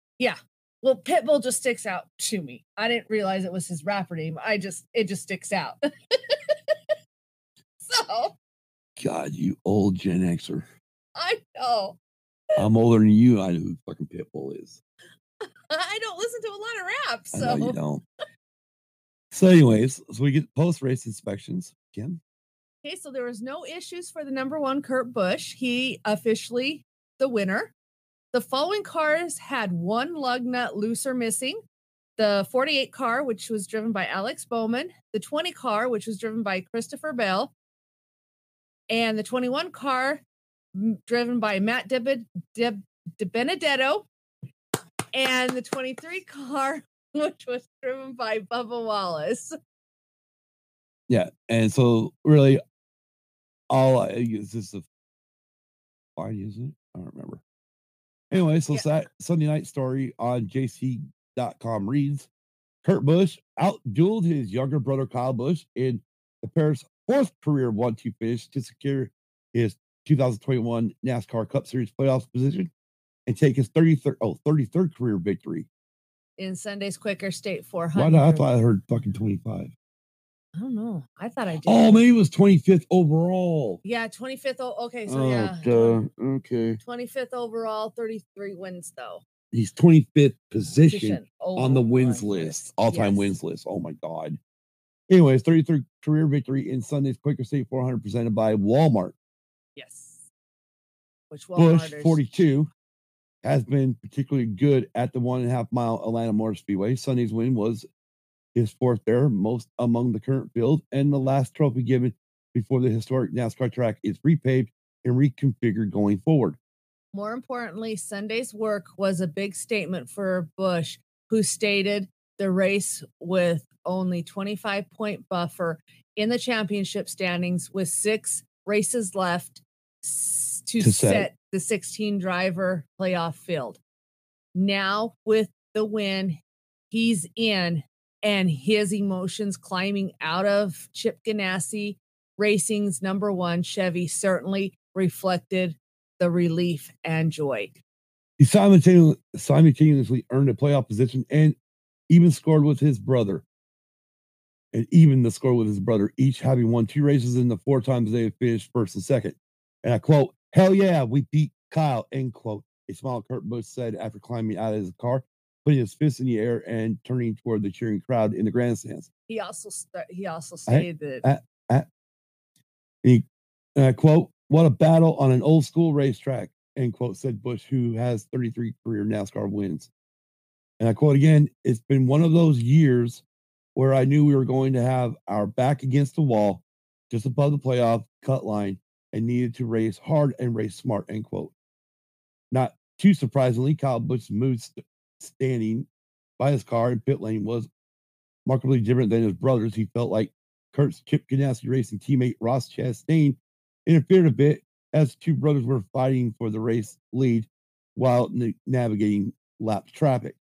Well, Pitbull just sticks out to me. I didn't realize it was his rapper name. I just it just sticks out. so
God, you old Gen Xer.
I know
I'm older than you. I know who fucking Pitbull is.
I don't listen to a lot of rap,
I
so
know you don't. So, anyways, so we get post race inspections. Kim,
Okay, so there was no issues for the number one Kurt Busch. He officially the winner. The following cars had one lug nut loose or missing. The 48 car, which was driven by Alex Bowman, the 20 car, which was driven by Christopher Bell, and the 21 car m- driven by Matt De, De, Benedetto, and the 23 car, which was driven by Bubba Wallace.
yeah, and so really, all I is this the fine, isn't it? I don't remember. Anyway, so
Yeah.
Sat- Sunday night story on JC.com reads: Kurt Busch outdueled his younger brother Kyle Busch in the pair's fourth career one-two finish to secure his 2021 NASCAR Cup Series playoffs position and take his 33rd oh 33rd career victory.
In Sunday's Quaker State 400.
Why did I thought I heard fucking 25?
I don't know. I thought I did.
Oh, maybe it was 25th overall.
Yeah, 25th. o- Okay, so
oh,
yeah.
duh. Okay.
25th overall, 33 wins though.
He's 25th position, on the wins
overall.
list, all time
Oh Yes.
wins list. Oh my God. Anyways, 33rd career victory in Sunday's Quaker State 400 presented by Walmart.
Yes. Which
Bush
Walmarters-
42 has been particularly good at the one and a half mile Atlanta Motor Speedway. Sunday's win was his fourth there, most among the current field, and the last trophy given before the historic NASCAR track is repaved and reconfigured going forward.
More importantly, Sunday's work was a big statement for Bush, who stated the race with only 25 point buffer in the championship standings with six races left s- to,
To
set.
set.
the 16 driver playoff field. Now, with the win, he's in and his emotions climbing out of Chip Ganassi Racing's number one Chevy certainly reflected the relief and joy.
He simultaneously, simultaneously earned a playoff position and even scored with his brother. And even the score with his brother, each having won two races in the four times they had finished first and second. And I quote, Hell yeah, we beat Kyle, end quote. A smile Kurt Busch said after climbing out of his car, putting his fist in the air and turning toward the cheering crowd in the grandstands.
He also st- he also stated that
I- And I uh, quote, What a battle on an old school racetrack, end quote, said Bush, who has 33 career NASCAR wins. And I quote again, It's been one of those years where I knew we were going to have our back against the wall, just above the playoff cut line, and needed to race hard and race smart, end quote. Not too surprisingly, Kyle Bush's mood st- standing by his car in pit lane was markedly different than his brother's. He felt like Kurt's Chip Ganassi racing teammate Ross Chastain interfered a bit as the two brothers were fighting for the race lead while na- navigating lap traffic.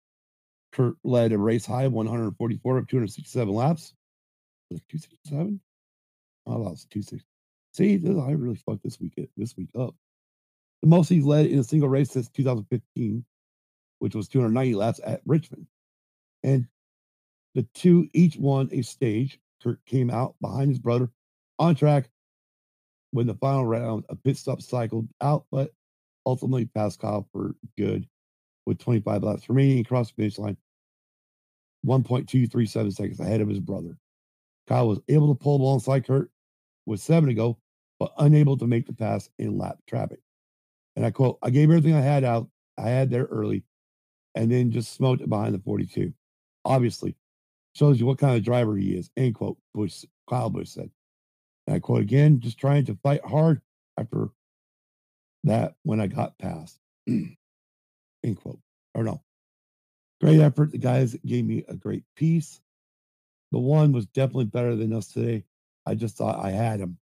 Kurt led a race high 144 of 267 laps. Was it 267? I lost 260. See, this, I really fucked this week this week up. The most he's led in a single race since 2015, which was 290 laps at Richmond. And the two each won a stage. Kurt came out behind his brother on track when the final round a pit stop cycled out, but ultimately passed Kyle for good with 25 laps remaining and crossed the finish line 1.237 seconds ahead of his brother. Kyle was able to pull alongside Kurt with seven to go, but unable to make the pass in lap traffic. And I quote, I gave everything I had out, I had there early, and then just smoked it behind the 42. Obviously, shows you what kind of driver he is, end quote, Bush, Kyle Bush said. And I quote again, just trying to fight hard after that when I got past, end quote. Or no, great effort. The guys gave me a great piece. The one was definitely better than us today. I just thought I had him.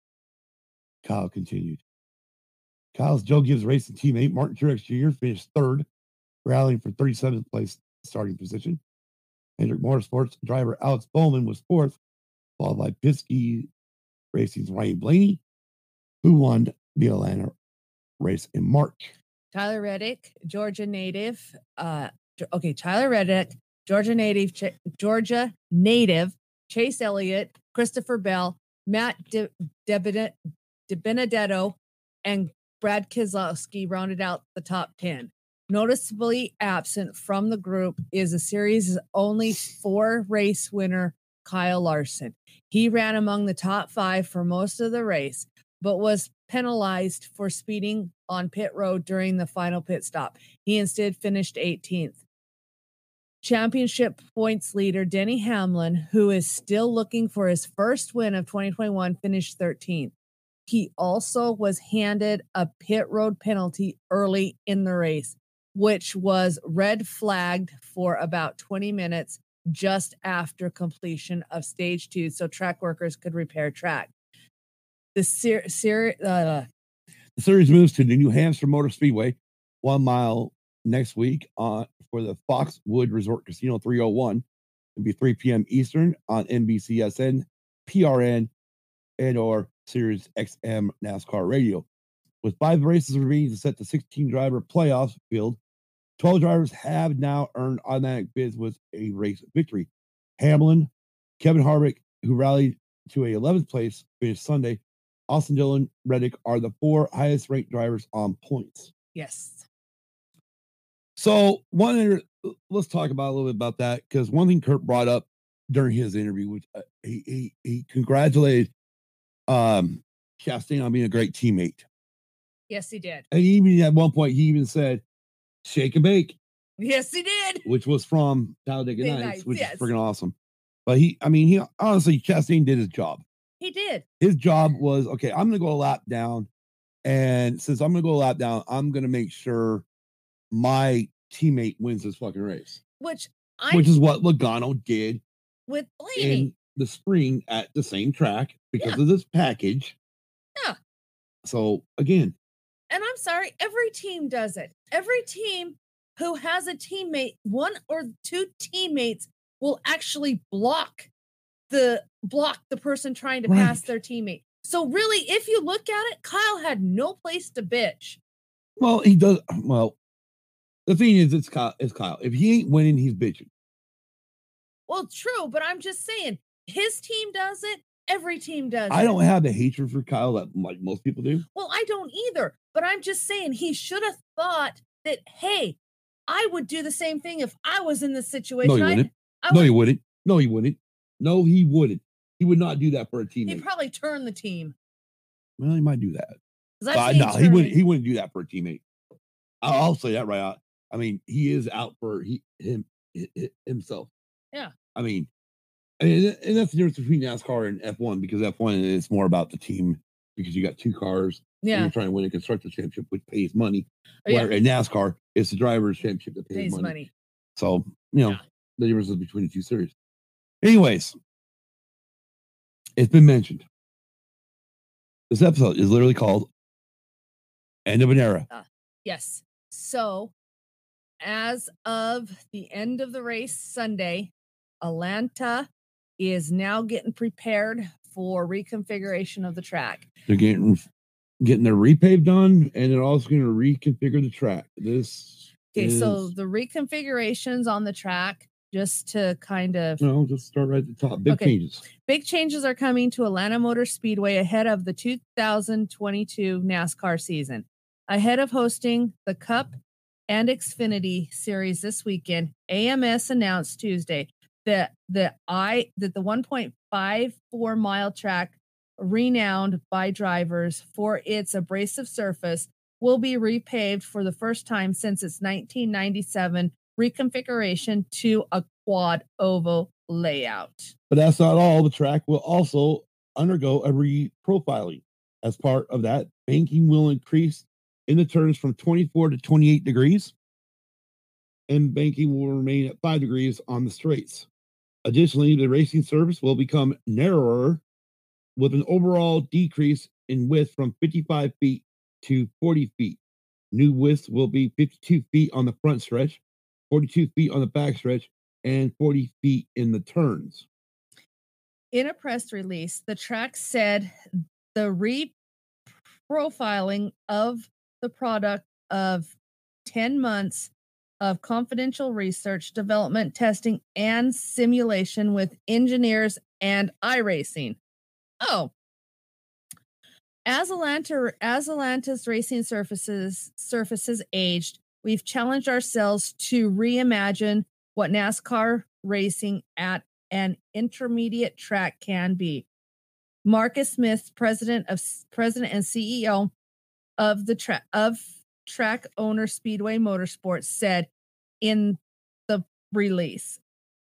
Kyle continued. Kyle's Joe Gibbs racing teammate, Martin Truex Jr., finished third, rallying for 37th place starting position. Hendrick Motorsports driver Alex Bowman was fourth, followed by Piskey Racing's Ryan Blaney, who won the Atlanta race in March.
Tyler Reddick, Georgia native. Uh, Ge- okay, Tyler Reddick, Georgia native. Ch- Georgia native. Chase Elliott, Christopher Bell, Matt De- DeBene- DeBenedetto, and Brad Keselowski rounded out the top ten. Noticeably absent from the group is a series' only four race winner, Kyle Larson. He ran among the top five for most of the race, but was penalized for speeding on pit road during the final pit stop. He instead finished 18th. Championship points leader Denny Hamlin, who is still looking for his first win of 2021, finished 13th. He also was handed a pit road penalty early in the race, which was red flagged for about 20 minutes just after completion of stage two, so track workers could repair track. The ser- ser- uh,
The series moves to the New Hampshire Motor Speedway, one mile next week on for the Foxwood Resort Casino 301. It'll be 3 p.m. Eastern on NBCSN, PRN, and or Series XM NASCAR Radio. With five races remaining to set the 16 driver playoff field, 12 drivers have now earned automatic bids with a race victory. Hamlin, Kevin Harvick, who rallied to a 11th place finish Sunday, Austin Dillon, Reddick are the four highest ranked drivers on points.
yes,
So one, inter- let's talk about a little bit about that because one thing Kurt brought up during his interview, which uh, he he, he congratulated um, Chastain on being a great teammate,
yes, he did.
and he even at one point he even said, "Shake and bake,"
Yes, he did.
which was from Talladega
Big
Nights,
Nights,
which
yes.
is freaking awesome. But he, I mean, he honestly Chastain did his job.
He did.
his job was okay, I'm gonna go a lap down. And since I'm gonna go a lap down, I'm gonna make sure my teammate wins this fucking race.
Which I
which is what Logano did
with Blaney.
in the spring at the same track because of this package.
Yeah.
So again,
and I'm sorry, every team does it. Every team who has a teammate, one or two teammates will actually block the block the person trying to pass
Right.
their teammate. So really, if you look at it, Kyle had no place to bitch.
well, he does well. The thing is, it's Kyle. It's Kyle. If he ain't winning, he's bitching.
Well, true, but I'm just saying his team does it. Every team does.
I
it.
don't have the hatred for Kyle that like most people do.
Well, I don't either, but I'm just saying he should have thought that, hey, I would do the same thing if I was in this situation.
no, he
I-
wouldn't.
I
no,
would-
he wouldn't. No, he wouldn't. No, he wouldn't. He would not do that for a
he
teammate.
probably turned the team.
well, he might do that.
'Cause I've
But
seen
no, Uh, he
turn-
wouldn't. He wouldn't do that for a teammate. I'll, I'll say that right out. I mean, he is out for he him hi- hi- himself.
Yeah.
I mean, and, tha- and that's the difference between NASCAR and F one because F one is more about the team because you got two cars and
yeah.
you're trying to win a constructor championship which pays money.
Oh, yeah.
Where in NASCAR, it's the drivers' championship that pays,
Pays
money.
money.
So, you know,
Yeah.
the differences between the two series. Anyways, it's been mentioned. This episode is literally called End of an Era.
Yes. So, as of the end of the race Sunday, Atlanta is now getting prepared for reconfiguration of the track.
They're getting getting their repave done and they're also going to reconfigure the track. This
Okay, so
is-
the reconfigurations on the track, just to kind of
no, just start right at the top. Big
Okay.
changes.
Big changes are coming to Atlanta Motor Speedway ahead of the 2022 NASCAR season. Ahead of hosting the Cup and Xfinity series this weekend, AMS announced Tuesday that the I that the 1.54 mile track renowned by drivers for its abrasive surface, will be repaved for the first time since its 1997 reconfiguration to a quad oval layout.
But that's not all. The track will also undergo a reprofiling. As part of that, banking will increase in the turns from 24 to 28 degrees, and banking will remain at 5 degrees on the straights. Additionally, the racing surface will become narrower with an overall decrease in width from 55 feet to 40 feet. New widths will be 52 feet on the front stretch, 42 feet on the back stretch, and 40 feet in the turns.
In a press release, the track said the reprofiling of the product of 10 months of confidential research, development, testing, and simulation with engineers and iRacing. Oh. As Atlanta, as Atlanta's racing surfaces surfaces aged, we've challenged ourselves to reimagine what NASCAR racing at an intermediate track can be. Marcus Smith, president of president and CEO of the track of track owner Speedway Motorsports, said in the release.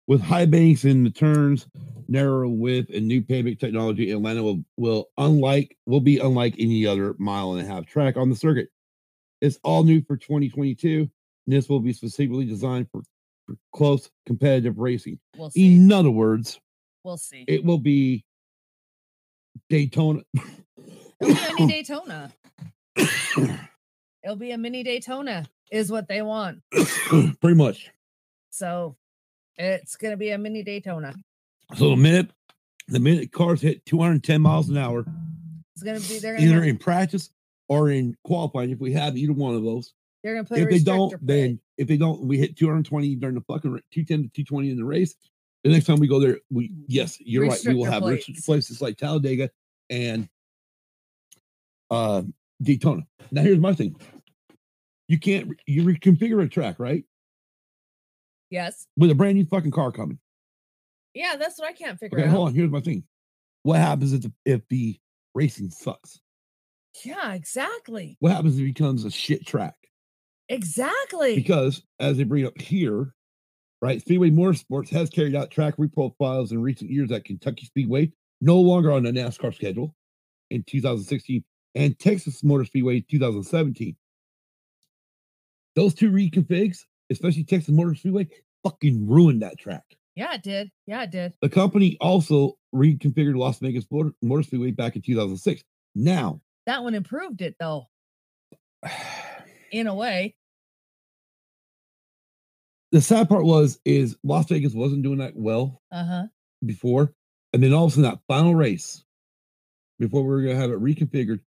With high banks in the turns, narrow width, and new pavement technology, Atlanta will, will unlike will be unlike any other mile and a half track on the circuit. It's all new for 2022. And this will be specifically designed for, for close competitive racing.
We'll see.
In other words,
We'll see.
it will be Daytona.
It'll be a mini Daytona. It'll be a mini Daytona, is what they want.
Pretty much.
So it's gonna be a mini Daytona.
So the minute the minute cars hit 210 miles an hour,
It's gonna be they're gonna,
either
have-
in practice or in qualifying, if we have either one of those.
they're gonna put a
If they don't,
restrictor plate.
then if they don't, we hit 220 during the fucking ra- 210 to 220 in the race. The next time we go there, we yes, you're right. We will
Restrictor
have
plates.
places. places like Talladega and uh Daytona. Now here's my thing. You can't re- you reconfigure a track, right?
yes.
With a brand new fucking car coming.
Yeah, that's what I can't figure
Okay,
out.
hold on. Here's my thing. What happens if the, if the racing sucks?
Yeah, exactly.
What happens if it becomes a shit track?
Exactly.
Because as they bring up here, right, Speedway Motorsports has carried out track reprofiles in recent years at Kentucky Speedway, no longer on the NASCAR schedule in 2016, and Texas Motor Speedway in 2017. Those two reconfigs, especially Texas Motor Speedway, fucking ruined that track.
yeah, it did. Yeah, it did.
The company also reconfigured Las Vegas Motor Motor Speedway back in 2006. Now,
That one improved it though, in a way.
the sad part was is Las Vegas wasn't doing that well
Uh-huh.
before, and then all of a sudden that final race, before we were gonna have it reconfigured,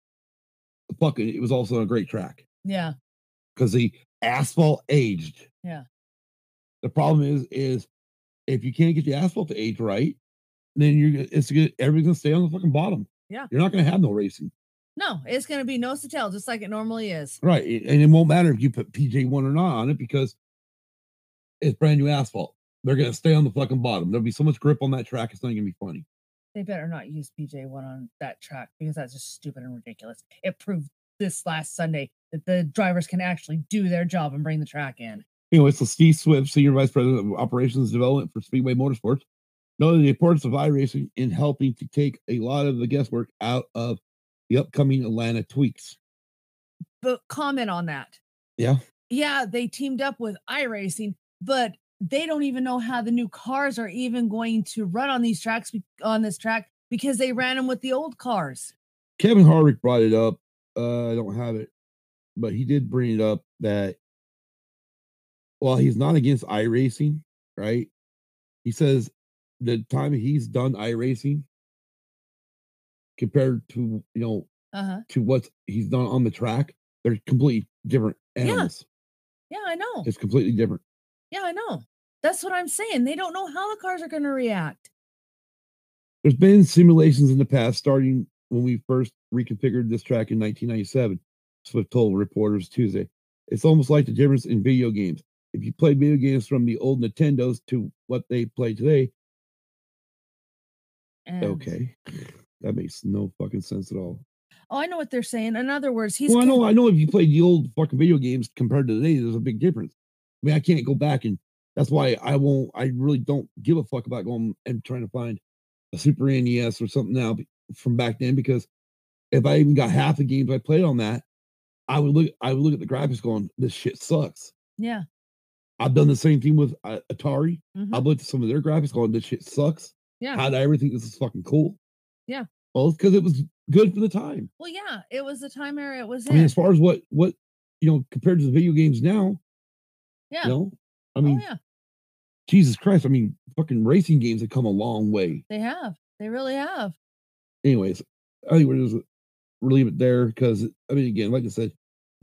fucking it was also a great track
Yeah.
because the asphalt aged.
Yeah.
The problem is is if you can't get the asphalt to age right, then you're gonna- it's gonna everything's gonna stay on the fucking bottom.
Yeah.
You're not gonna have no racing.
No, it's gonna be nose to tail, just like it normally is.
Right. a- And it won't matter if you put PJ1 or not on it because it's brand new asphalt. They're going to stay on the fucking bottom. There'll be so much grip on that track. It's not going to be funny.
They better not use PJ one on that track because that's just stupid and ridiculous. It proved this last Sunday that the drivers can actually do their job and bring the track in.
Anyway, so Steve Swift, Senior Vice President of Operations Development for Speedway Motorsports, noted the importance of iRacing in helping to take a lot of the guesswork out of the upcoming Atlanta tweaks.
But comment on that.
Yeah.
Yeah, they teamed up with iRacing, but they don't even know how the new cars are even going to run on these tracks be- on this track because they ran them with the old cars.
Kevin Harvick brought it up. Uh, I don't have it, but he did bring it up that while he's not against iRacing, right? He says the time he's done iRacing compared to you know
Uh-huh.
to what he's done on the track, they're completely different
Yeah.
animals.
Yeah, I know.
It's completely different.
Yeah, I know. That's what I'm saying. They don't know how the cars are going to react.
There's been simulations in the past, starting when we first reconfigured this track in 1997, Swift told reporters Tuesday. It's almost like the difference in video games. If you play video games from the old Nintendos to what they play today,
And
okay. That makes no fucking sense at all.
Oh, I know what they're saying. In other words, he's
well, I know,
con-
I know. If you played the old fucking video games compared to today, there's a big difference. I mean, I can't go back, and that's why I won't. I really don't give a fuck about going and trying to find a Super NES or something now be- from back then because if I even got half the games I played on that, I would look. I would look at the graphics, going, "This shit sucks."
yeah.
I've done the same thing with uh, Atari.
mhm.
I've looked at some of their graphics, going, "This shit sucks."
Yeah.
How did I ever think this is fucking cool?
Yeah.
Well, it's because it was good for the time.
Well, yeah, it was the time era it was
I mean,
in.
as far as what what you know compared to the video games now,
Yeah.
you know, I mean,
oh, yeah.
Jesus Christ, I mean, fucking racing games have come a long way.
They have. They really have.
Anyways, I think we're just we'll leave it there because I mean, again, like I said,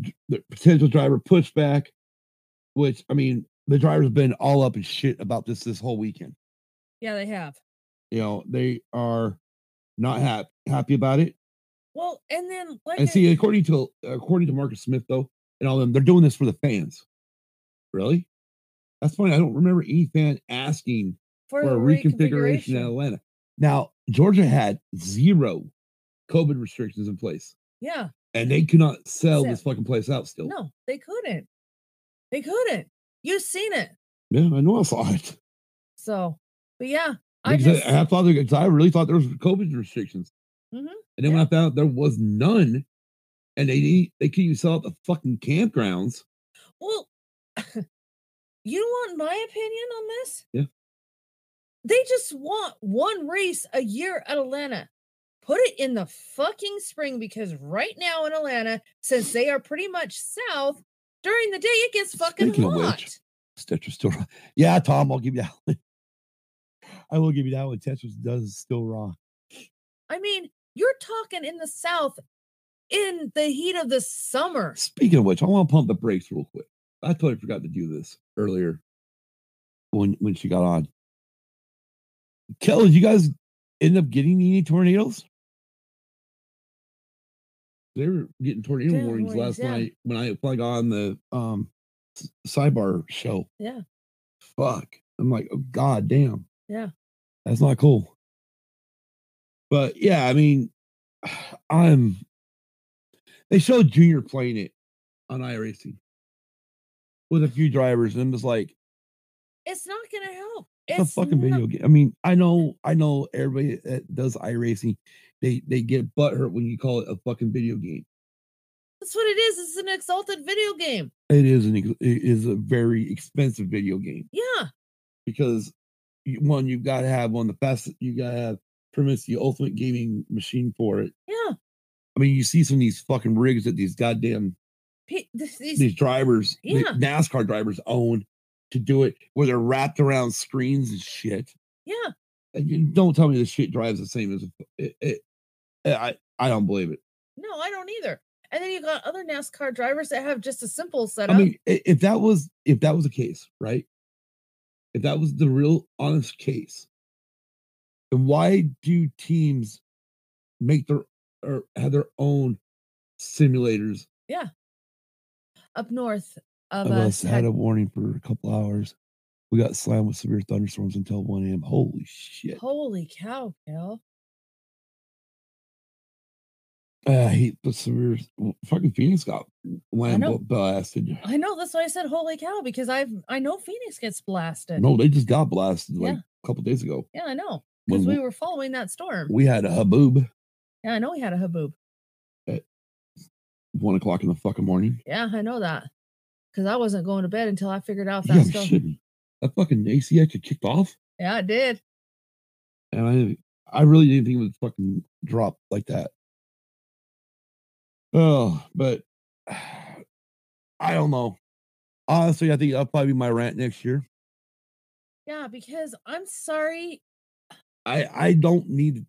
d- the potential driver pushback, which I mean, the driver's been all up in shit about this this whole weekend.
Yeah, they have.
You know, they are not happy happy about it.
Well, and then like
And
I-
see, according to according to Marcus Smith though, and all them, they're doing this for the fans. Really? That's funny. I don't remember any fan asking
for,
for a
the
reconfiguration in
reconfiguration.
Atlanta. Now, Georgia had zero COVID restrictions in place,
Yeah.
and they could not sell
Sell.
this fucking place out still.
No, they couldn't. They couldn't. You've seen it.
Yeah, I know I saw it.
So, but yeah, I
Because I,
just
I, thought there, 'cause I really thought there was COVID restrictions.
Mhm,
And then when I found out there was none, and they didn't- they couldn't even sell out the fucking campgrounds.
well, you want my opinion on this?
Yeah.
They just want one race a year at Atlanta. Put it in the fucking spring because right now in Atlanta, since they are pretty much south, during the day it gets fucking
Speaking of which,
hot.
Tetris still rock. Yeah, Tom, I'll give you that one. I will give you that one. Tetris does still rock.
I mean, you're talking in the south in the heat of the summer.
Speaking of which, I want to pump the brakes real quick. I totally forgot to do this earlier when when she got on. Kelly, did you guys end up getting any tornadoes? They were getting tornado
Tornado
warnings
warnings,
last
yeah.
night when I when I got on the um s- sidebar show.
Yeah.
Fuck. I'm like, oh god damn.
Yeah.
That's not cool. But yeah, I mean, I'm they showed Junior playing it on iRacing with a few drivers, and it was like
It's not gonna help.
it's, a fucking
not-
video game. I mean, I know, I know everybody that does iRacing, they they get butthurt when you call it a fucking video game.
That's what it is. It's an exalted video game.
It is an ex- it is a very expensive video game
Yeah.
because you- one you've got to have one of the best you got to have permits the ultimate gaming machine for it.
Yeah.
I mean, you see some of these fucking rigs that these goddamn
Pe- this- these-
these drivers, the
Yeah.
NASCAR drivers own to do it where they're wrapped around screens and shit.
yeah.
And you don't tell me this shit drives the same as a f- it, it, I I don't believe it.
No, I don't either. And then you got other NASCAR drivers that have just a simple setup.
I mean, i- if that was if that was the case, right? If that was the real honest case, then why do teams make their or have their own simulators
Up north of,
of
us,
us had
had-
a warning for a couple hours. We got slammed with severe thunderstorms until 1 a.m. Holy shit.
holy cow, Kel.
I hate the severe w- fucking Phoenix got
know.
lambo blasted.
I know that's why I said holy cow because I've I know Phoenix gets blasted.
No, they just got blasted like
Yeah.
a couple days ago.
Yeah, I know
When
because we
w-
were following that storm.
we had a haboob
yeah, I know we had a haboob.
one o'clock in the fucking morning.
Yeah, I know that because I wasn't going to bed until I figured out
Yeah,
that
I'm
stuff.
shitting. That fucking AC actually kicked off,
Yeah, I did.
and I I really didn't think it would fucking drop like that. Oh, but I don't know. Honestly, I think that'll probably be my rant next year.
Yeah, because I'm sorry.
I I don't need.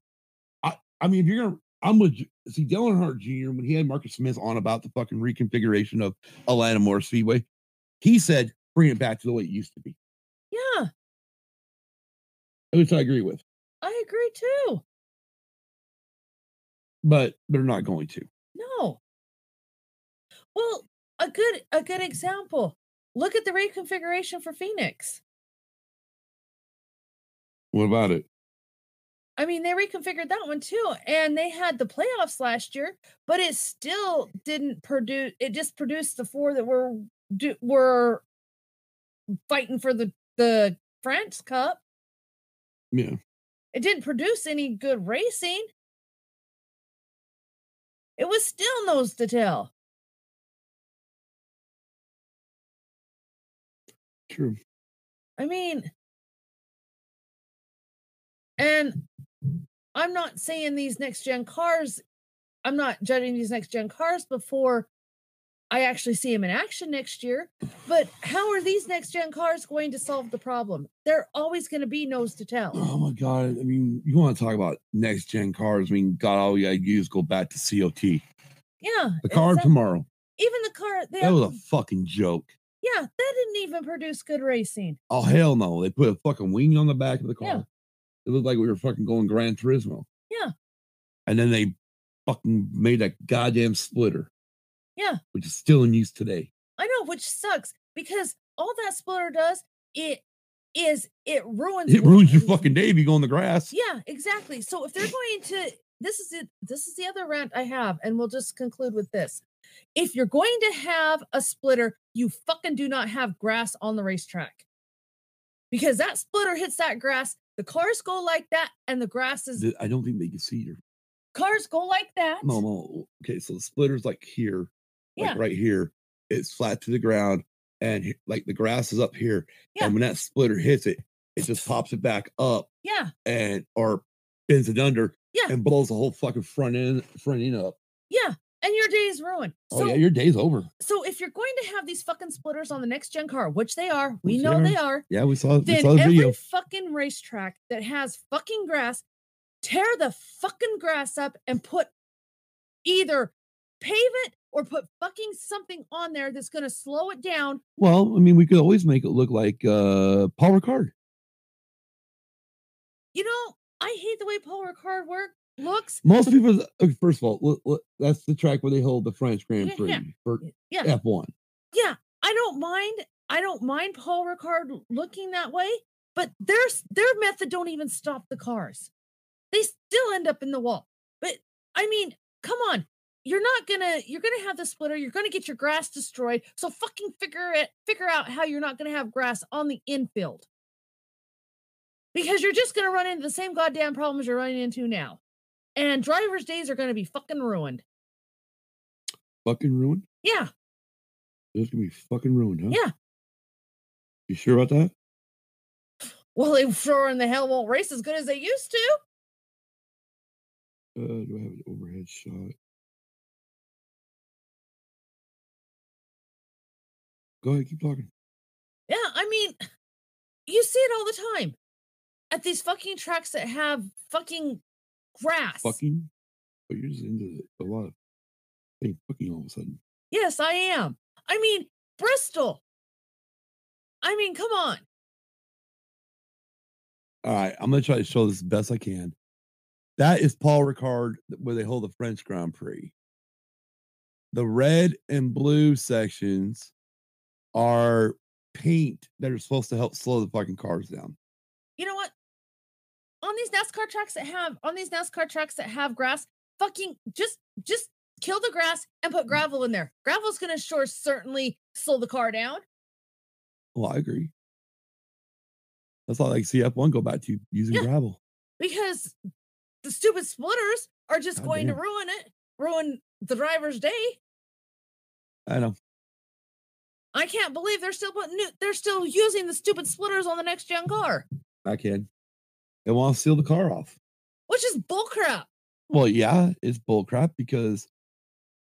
I I mean, if you're gonna, I'm with J- see Dylan Hart Jr. when he had Marcus Smith on about the fucking reconfiguration of Atlanta Moore Speedway, he said bring it back to the way it used to be,
Yeah,
which I agree with.
I agree too.
But they're not going to.
No. Well, a good a good example. Look at the reconfiguration for Phoenix.
What about it?
I mean, they reconfigured that one too, and they had the playoffs last year, but it still didn't produce. It just produced the four that were do, were fighting for the the France Cup.
Yeah.
It didn't produce any good racing. It was still nose to tail.
True.
I mean, and I'm not saying these next gen cars, I'm not judging these next gen cars before I actually see them in action next year. But how are these next gen cars going to solve the problem? They're always going to be nose to tail.
Oh my god! I mean, you want to talk about next gen cars? I mean, God, all we gotta do is go back to COT.
Yeah.
The car of
exact-
tomorrow.
Even the car, they
That was a
have-
fucking joke.
yeah, that didn't even produce good racing.
Oh hell no! They put a fucking wing on the back of the car.
Yeah.
It looked like we were fucking going Gran Turismo.
Yeah.
And then they fucking made that goddamn splitter.
Yeah.
Which is still in use today.
I know, which sucks because all that splitter does it is it ruins
It ruins your
lanes.
fucking day if you go in the grass.
Yeah, exactly. So if they're going to this is it this is the other rant I have and we'll just conclude with this. If you're going to have a splitter, you fucking do not have grass on the racetrack. Because that splitter hits that grass, the cars go like that and the grass is
Th- I don't think they can see your.
cars go like that.
No, no. Okay, so the splitter's like here,
yeah.
like right here. It's flat to the ground, and he- like the grass is up here.
Yeah.
And when that splitter hits it, it just pops it back up
Yeah.
and or bends it under.
Yeah.
And blows the whole fucking front end front end up.
Yeah. And your day is ruined.
Oh
so
yeah, your day's over.
so if you're going to have these fucking splitters on the next gen car, which they are,
Which
we
they
know
are.
they are.
Yeah, we saw we
then
saw the
every
video.
fucking racetrack that has fucking grass, tear the fucking grass up and put either pave it or put fucking something on there that's going to slow it down.
Well, I mean, we could always make it look like uh Paul Ricard.
You know, I hate the way Paul Ricard work looks.
Most people, okay, first of all, look, look, that's the track where they hold the French Grand
Yeah,
Prix
yeah.
for
Yeah,
F1.
yeah. I don't mind. I don't mind Paul Ricard looking that way, but their s- their method don't even stop the cars. They still end up in the wall. But I mean, come on. You're not gonna you're gonna have the splitter, you're gonna get your grass destroyed. So fucking figure it figure out how you're not gonna have grass on the infield. Because you're just gonna run into the same goddamn problems you're running into now. And drivers' days are gonna be fucking ruined.
Fucking ruined.
Yeah,
It's gonna be fucking ruined, huh?
Yeah.
You sure about that?
well, they sure in the hell won't race as good as they used to.
Uh, do I have an overhead shot? Go ahead, keep talking.
Yeah, I mean, you see it all the time at these fucking tracks that have fucking grass.
Fucking, but you're just into the- a lot of thing fucking all of a sudden.
Yes, I am. I mean, Bristol. I mean, come on.
All right, I'm gonna try to show this as best I can. That is Paul Ricard th- where they hold the French Grand Prix. The red and blue sections are paint that are supposed to help slow the fucking cars down.
You know what? On these NASCAR tracks that have on these NASCAR tracks that have grass, fucking just just kill the grass and put gravel in there. Gravel's gonna sure certainly slow the car down.
Well, I agree. That's all I can see F1 go back to using
Yeah.
gravel.
because the stupid splitters are just
God
going to
damn.
ruin it, ruin the driver's day.
I know.
I can't believe they're still putting new, they're still using the stupid splitters on the next gen car,
I can. They want to seal the car off.
which is bullcrap.
Well, yeah, it's bullcrap because,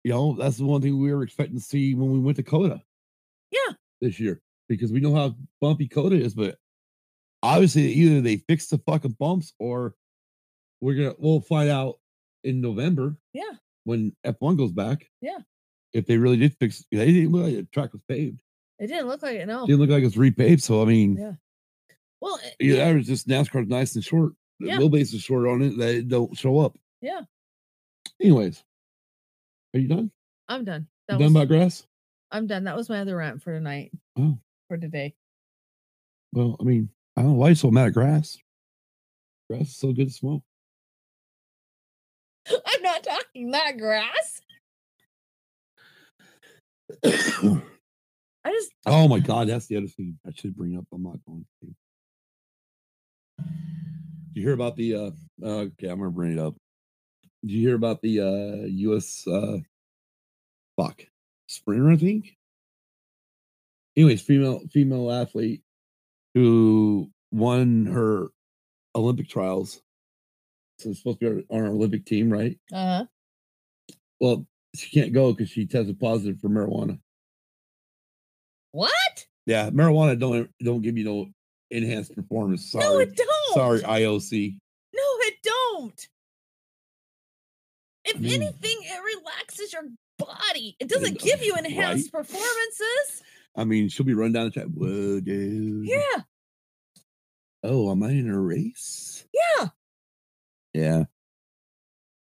you know, that's the one thing we were expecting to see when we went to Coda.
Yeah.
This year, because we know how bumpy Coda is, but obviously either they fix the fucking bumps or we're gonna we'll find out in November.
Yeah.
When F1 goes back.
Yeah.
If they really did fix, they didn't look like the track was paved.
It didn't look like it. No.
Didn't look like it's repaved. So I mean,
Yeah. Well, eh, it-
yeah, that was just NASCAR's nice and short. The
Yeah.
wheelbase is short on it. They don't show up.
Yeah.
Anyways, are you done?
I'm done.
You
That
done
was,
about grass?
I'm done. That was my other rant for tonight.
Oh.
For today.
Well, I mean, I don't know why you're so mad at grass. Grass is so good to smoke.
I'm not talking that grass. I just
oh my god, that's the other thing I should bring up. I'm not going to. Did you hear about the? uh Okay, I'm gonna bring it up. Did you hear about the uh U.S. uh fuck sprinter? I think. Anyways, female female athlete who won her Olympic trials. So it's supposed to be on our Olympic team, right?
uh
Well, she can't go because she tested positive for marijuana.
what?
Yeah, marijuana don't don't give you no enhanced performance. Sorry,
No, it don't.
sorry, IOC.
No, it don't. If
Mm.
anything, it relaxes your body. It doesn't
does,
give you enhanced performances.
I mean, she'll be run down the track. Whoa, dude.
Yeah,
Oh, am I in a race?
yeah.
Yeah.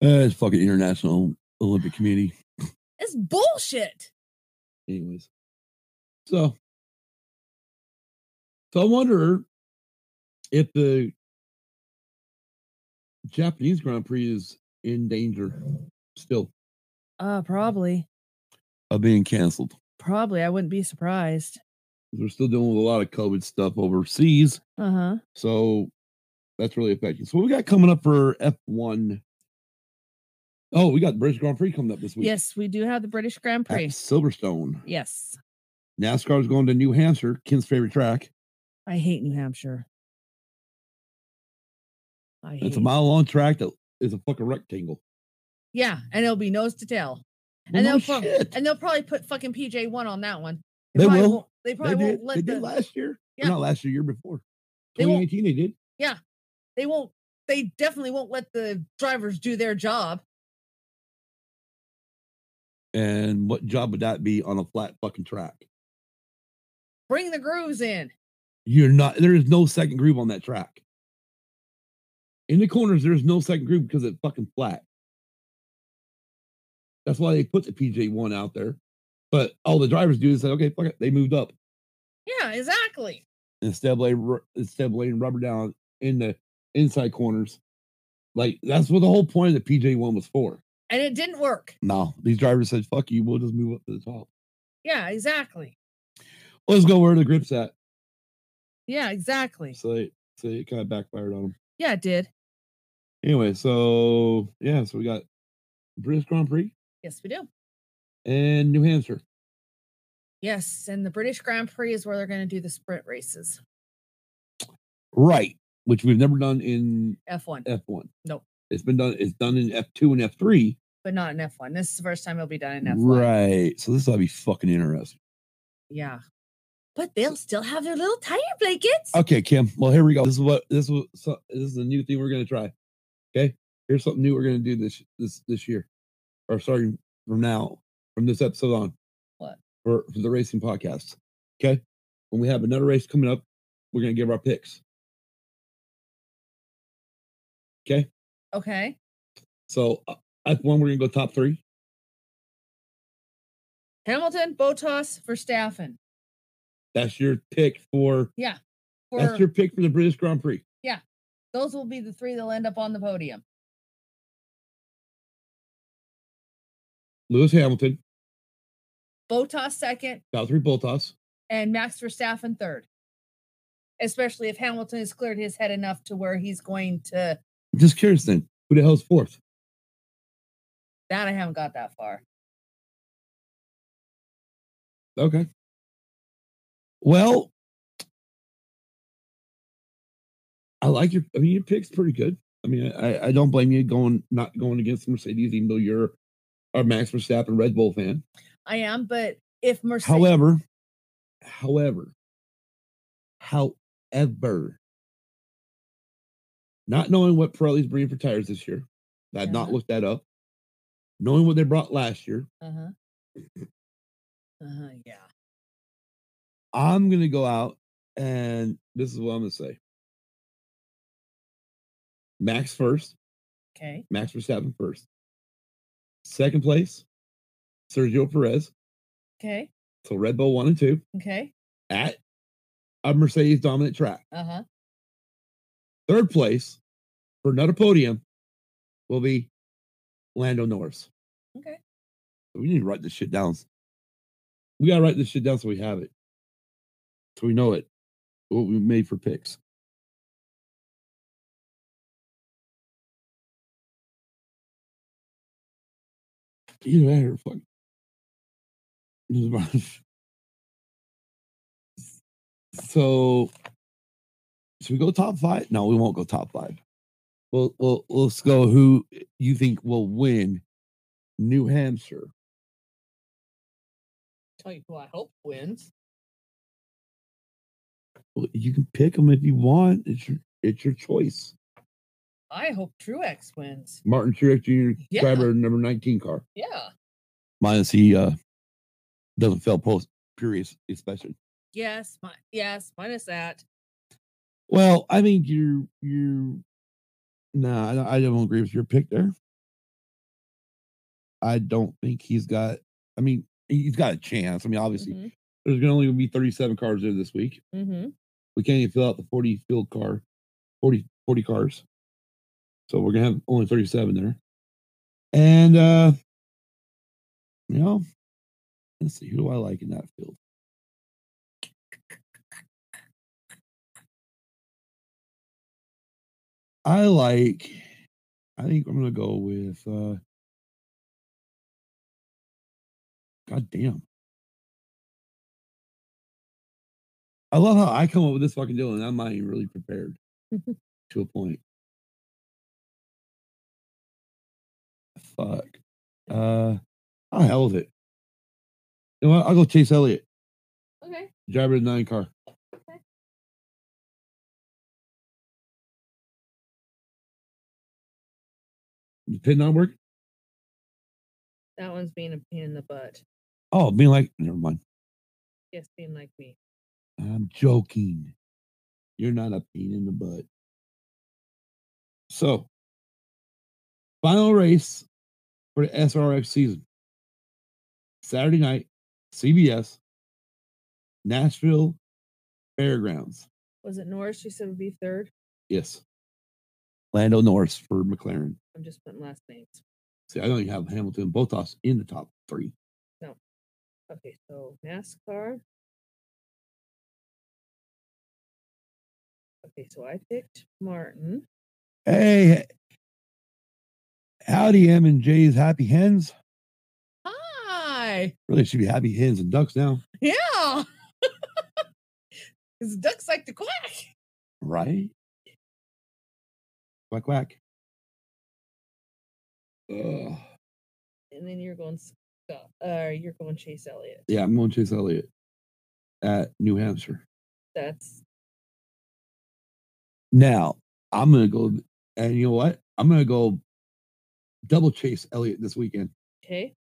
Uh, it's fucking international Olympic community.
It's bullshit.
Anyways, so so I wonder if the Japanese Grand Prix is in danger still
Uh, probably.
of being canceled.
Probably. I wouldn't be surprised.
We're still dealing with a lot of COVID stuff overseas.
Uh huh.
So that's really affecting. So what we got coming up for F1. Oh, we got the British Grand Prix coming up this week.
Yes, we do have the British Grand
At
Prix.
Silverstone.
Yes.
NASCAR's going to New Hampshire, Ken's favorite track.
I hate New Hampshire. I hate
It's a
it.
mile long track that is a fucking rectangle.
Yeah, and it'll be nose to tail.
Well,
and
no
they'll pro-
shit.
and they'll probably put fucking PJ one on that one.
They
probably
will.
Won't, they
They
probably
did,
won't
they
let
did
the,
last year. Or
Yeah.
Not last year, year before.
They won't-
2019 they did.
they won't they definitely won't let the drivers do their job.
And what job would that be on a flat fucking track?
Bring the grooves in.
You're not there is no second groove on that track. In the corners, there's no second groove because it's fucking flat. That's why they put the PJ1 out there. But all the drivers do is say, okay, fuck it. They moved up.
Yeah, exactly.
instead of laying, ru- instead of laying rubber down in the inside corners. Like that's what the whole point of the PJ one was for.
And it didn't work.
No, these drivers said, "Fuck you, we'll just move up to the top.
Yeah, exactly.
Let's go where the grips at."
Yeah, exactly.
So, they, so it kind of backfired on them.
Yeah, it did.
Anyway, so yeah, so we got British Grand Prix
Yes, we do.
and New Hampshire.
Yes, and the British Grand Prix is where they're going to do the sprint races.
Right, which we've never done in
F1,
F one.
Nope.
it's been done. It's done in F two and F three.
but not in F1. This is the first time it'll be done in F1.
Right. So this ought to be fucking interesting.
Yeah. But they'll still have their little tire blankets.
Okay, Kim. Well, here we go. This is what this was. So, this is a new thing we're gonna try. Okay, here's something new we're gonna do this this this year, or starting from now, from this episode on.
What?
for, for the racing podcast? Okay, when we have another race coming up, we're gonna give our picks.
Okay.
So F one, we're gonna go top three.
Hamilton, Botas, Verstappen.
That's your pick for,
For
that's your pick for the British Grand Prix.
those will be the three that'll end up on the podium.
Lewis Hamilton,
Botas second
top three Boltas.
and Max Verstappen third. Especially if Hamilton has cleared his head enough to where he's going to
Just curious then, who the hell's fourth?
that I haven't got that far.
Okay. Well, I like your. I mean, your pick's pretty good. I mean, I, I don't blame you going not going against Mercedes, even though you're a Max Verstappen Red Bull fan.
I am, but if Mercedes
However, however, however, not knowing what Pirelli's bringing for tires this year, I've not
Yeah.
looked that up. Knowing what they brought last year,
Uh-huh. Uh-huh, yeah.
I'm gonna go out and this is what I'm gonna say. Max first,
Okay.
Max Verstappen first. Second place, Sergio Perez.
Okay.
So Red Bull one and two
Okay.
at a Mercedes dominant track.
Uh-huh.
Third place for another podium will be Lando Norris.
Okay.
We need to write this shit down. We gotta write this shit down so we have it. So we know it. What we made for picks. Either that or fuck. This is my- So should we go top five? No, we won't go top five. Well, well, let's go. Who you think will win? New Hampshire.
Tell you who I hope wins.
Well, You can pick them if you want. It's your, it's your choice.
I hope Truex wins.
Martin Truex Jr.
Yeah.
driver of number nineteen car.
Yeah.
Minus he uh doesn't fail post period especially.
Yes. Mi- yes. Minus that.
Well, I think you you. Nah, I don't, I don't agree with your pick there. I don't think he's got. I mean, he's got a chance. I mean, obviously,
Mhm,
there's going to only be 37 cars there this week.
mhm.
we can't even fill out the 40 field car 40 40 cars so we're gonna have only 37 there and uh you know let's see who do i like in that field i like i think i'm gonna go with uh god damn I love how I come up with this fucking deal and I'm not even really prepared to a point. Fuck. Uh, how hell with it? You know what? I'll go Chase Elliott,
Okay.
driver of the nine car.
Okay.
The pin not work?
That one's being a pain in the butt.
Oh, being like, never mind.
Yes, being like me.
I'm joking. You're not a pain in the butt. So, final race for the SRX season. Saturday night, CBS, Nashville Fairgrounds.
Was it Norris? You said would be third.
Yes. Lando Norris for McLaren.
I'm just putting last names.
See, I don't even have Hamilton and Botas in the top three.
Okay. So NASCAR. Okay. So I picked Martin.
Hey, howdy, M and J's Happy Hens.
Hi.
Really should be Happy Hens and Ducks now.
Yeah. Because ducks like to quack.
Right? Quack quack. Ugh.
And then you're going Scott. Uh, you're going Chase Elliott.
Yeah, I'm going to Chase Elliott at New Hampshire.
That's
Now, I'm gonna go and you know what? I'm gonna go double chase Elliott this weekend.
okay.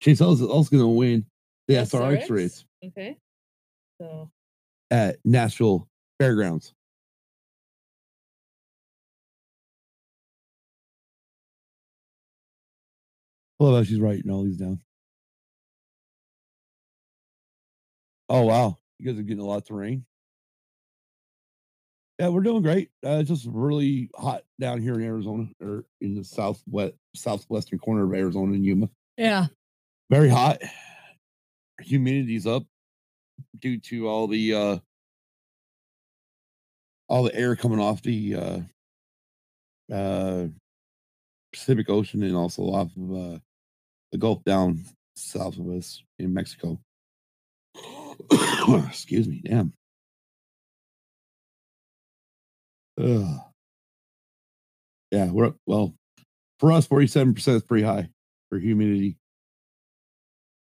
Chase Elliott's also gonna win the SRX,
SRX?
race
Okay. So
at Nashville Fairgrounds. I love how she's writing all these down. Oh wow, you guys are getting a lot of rain. Yeah, we're doing great. Uh, it's just really hot down here in Arizona, or in the southwest southwestern corner of Arizona in Yuma.
yeah.
Very hot. Humidity's up due to all the uh all the air coming off the uh uh Pacific Ocean and also off of uh the Gulf down south of us in Mexico. Excuse me, damn. Ugh. Yeah, we're up well for us 47% is pretty high for humidity.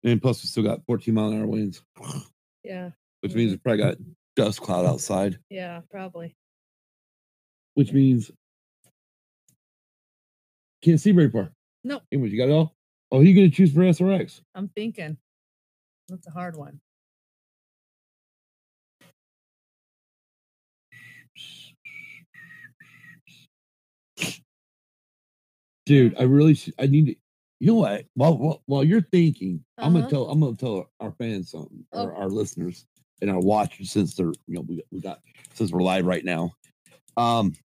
And plus, we still got 14 mile an hour winds,
Yeah.
which means we probably got dust cloud outside,
Yeah. Probably.
which means can't see very far.
Nope.
Anyways, you got it all? Oh, you going to choose for SRX?
I'm thinking. That's a hard one.
Dude, I really, should, I need to. You know what? While while, while you're thinking, I'm gonna
Uh-huh.
tell I'm gonna tell our fans something, or
Oh.
our listeners and our watchers, since they're you know we, we got since we're live right now. Um,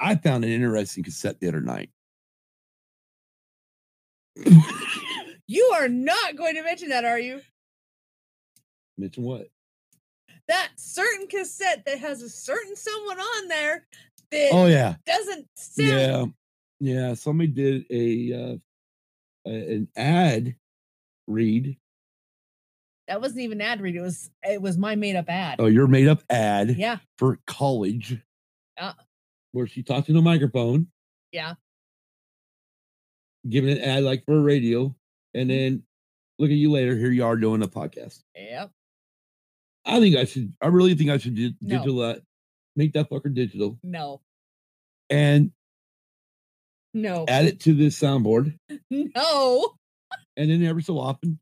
I found an interesting cassette the other night.
You are not going to mention that, are you?
Mention what?
That certain cassette that has a certain someone on there that
Oh yeah,
doesn't sound.
yeah, yeah. Somebody did a uh, a- an ad read.
That wasn't even an ad read. It was it was my made up ad.
Oh, your made up ad
Yeah,
for college.
Yeah.
Where she talked in a microphone,
Uh. yeah.
giving an ad like for a radio, and
Mhm.
then look at you later. Here you are doing a podcast.
Yep.
I think I should. I really think I should di-
No.
digital that, make that fucker digital,
No.
and
No.
add it to this soundboard.
No.
And then every so often,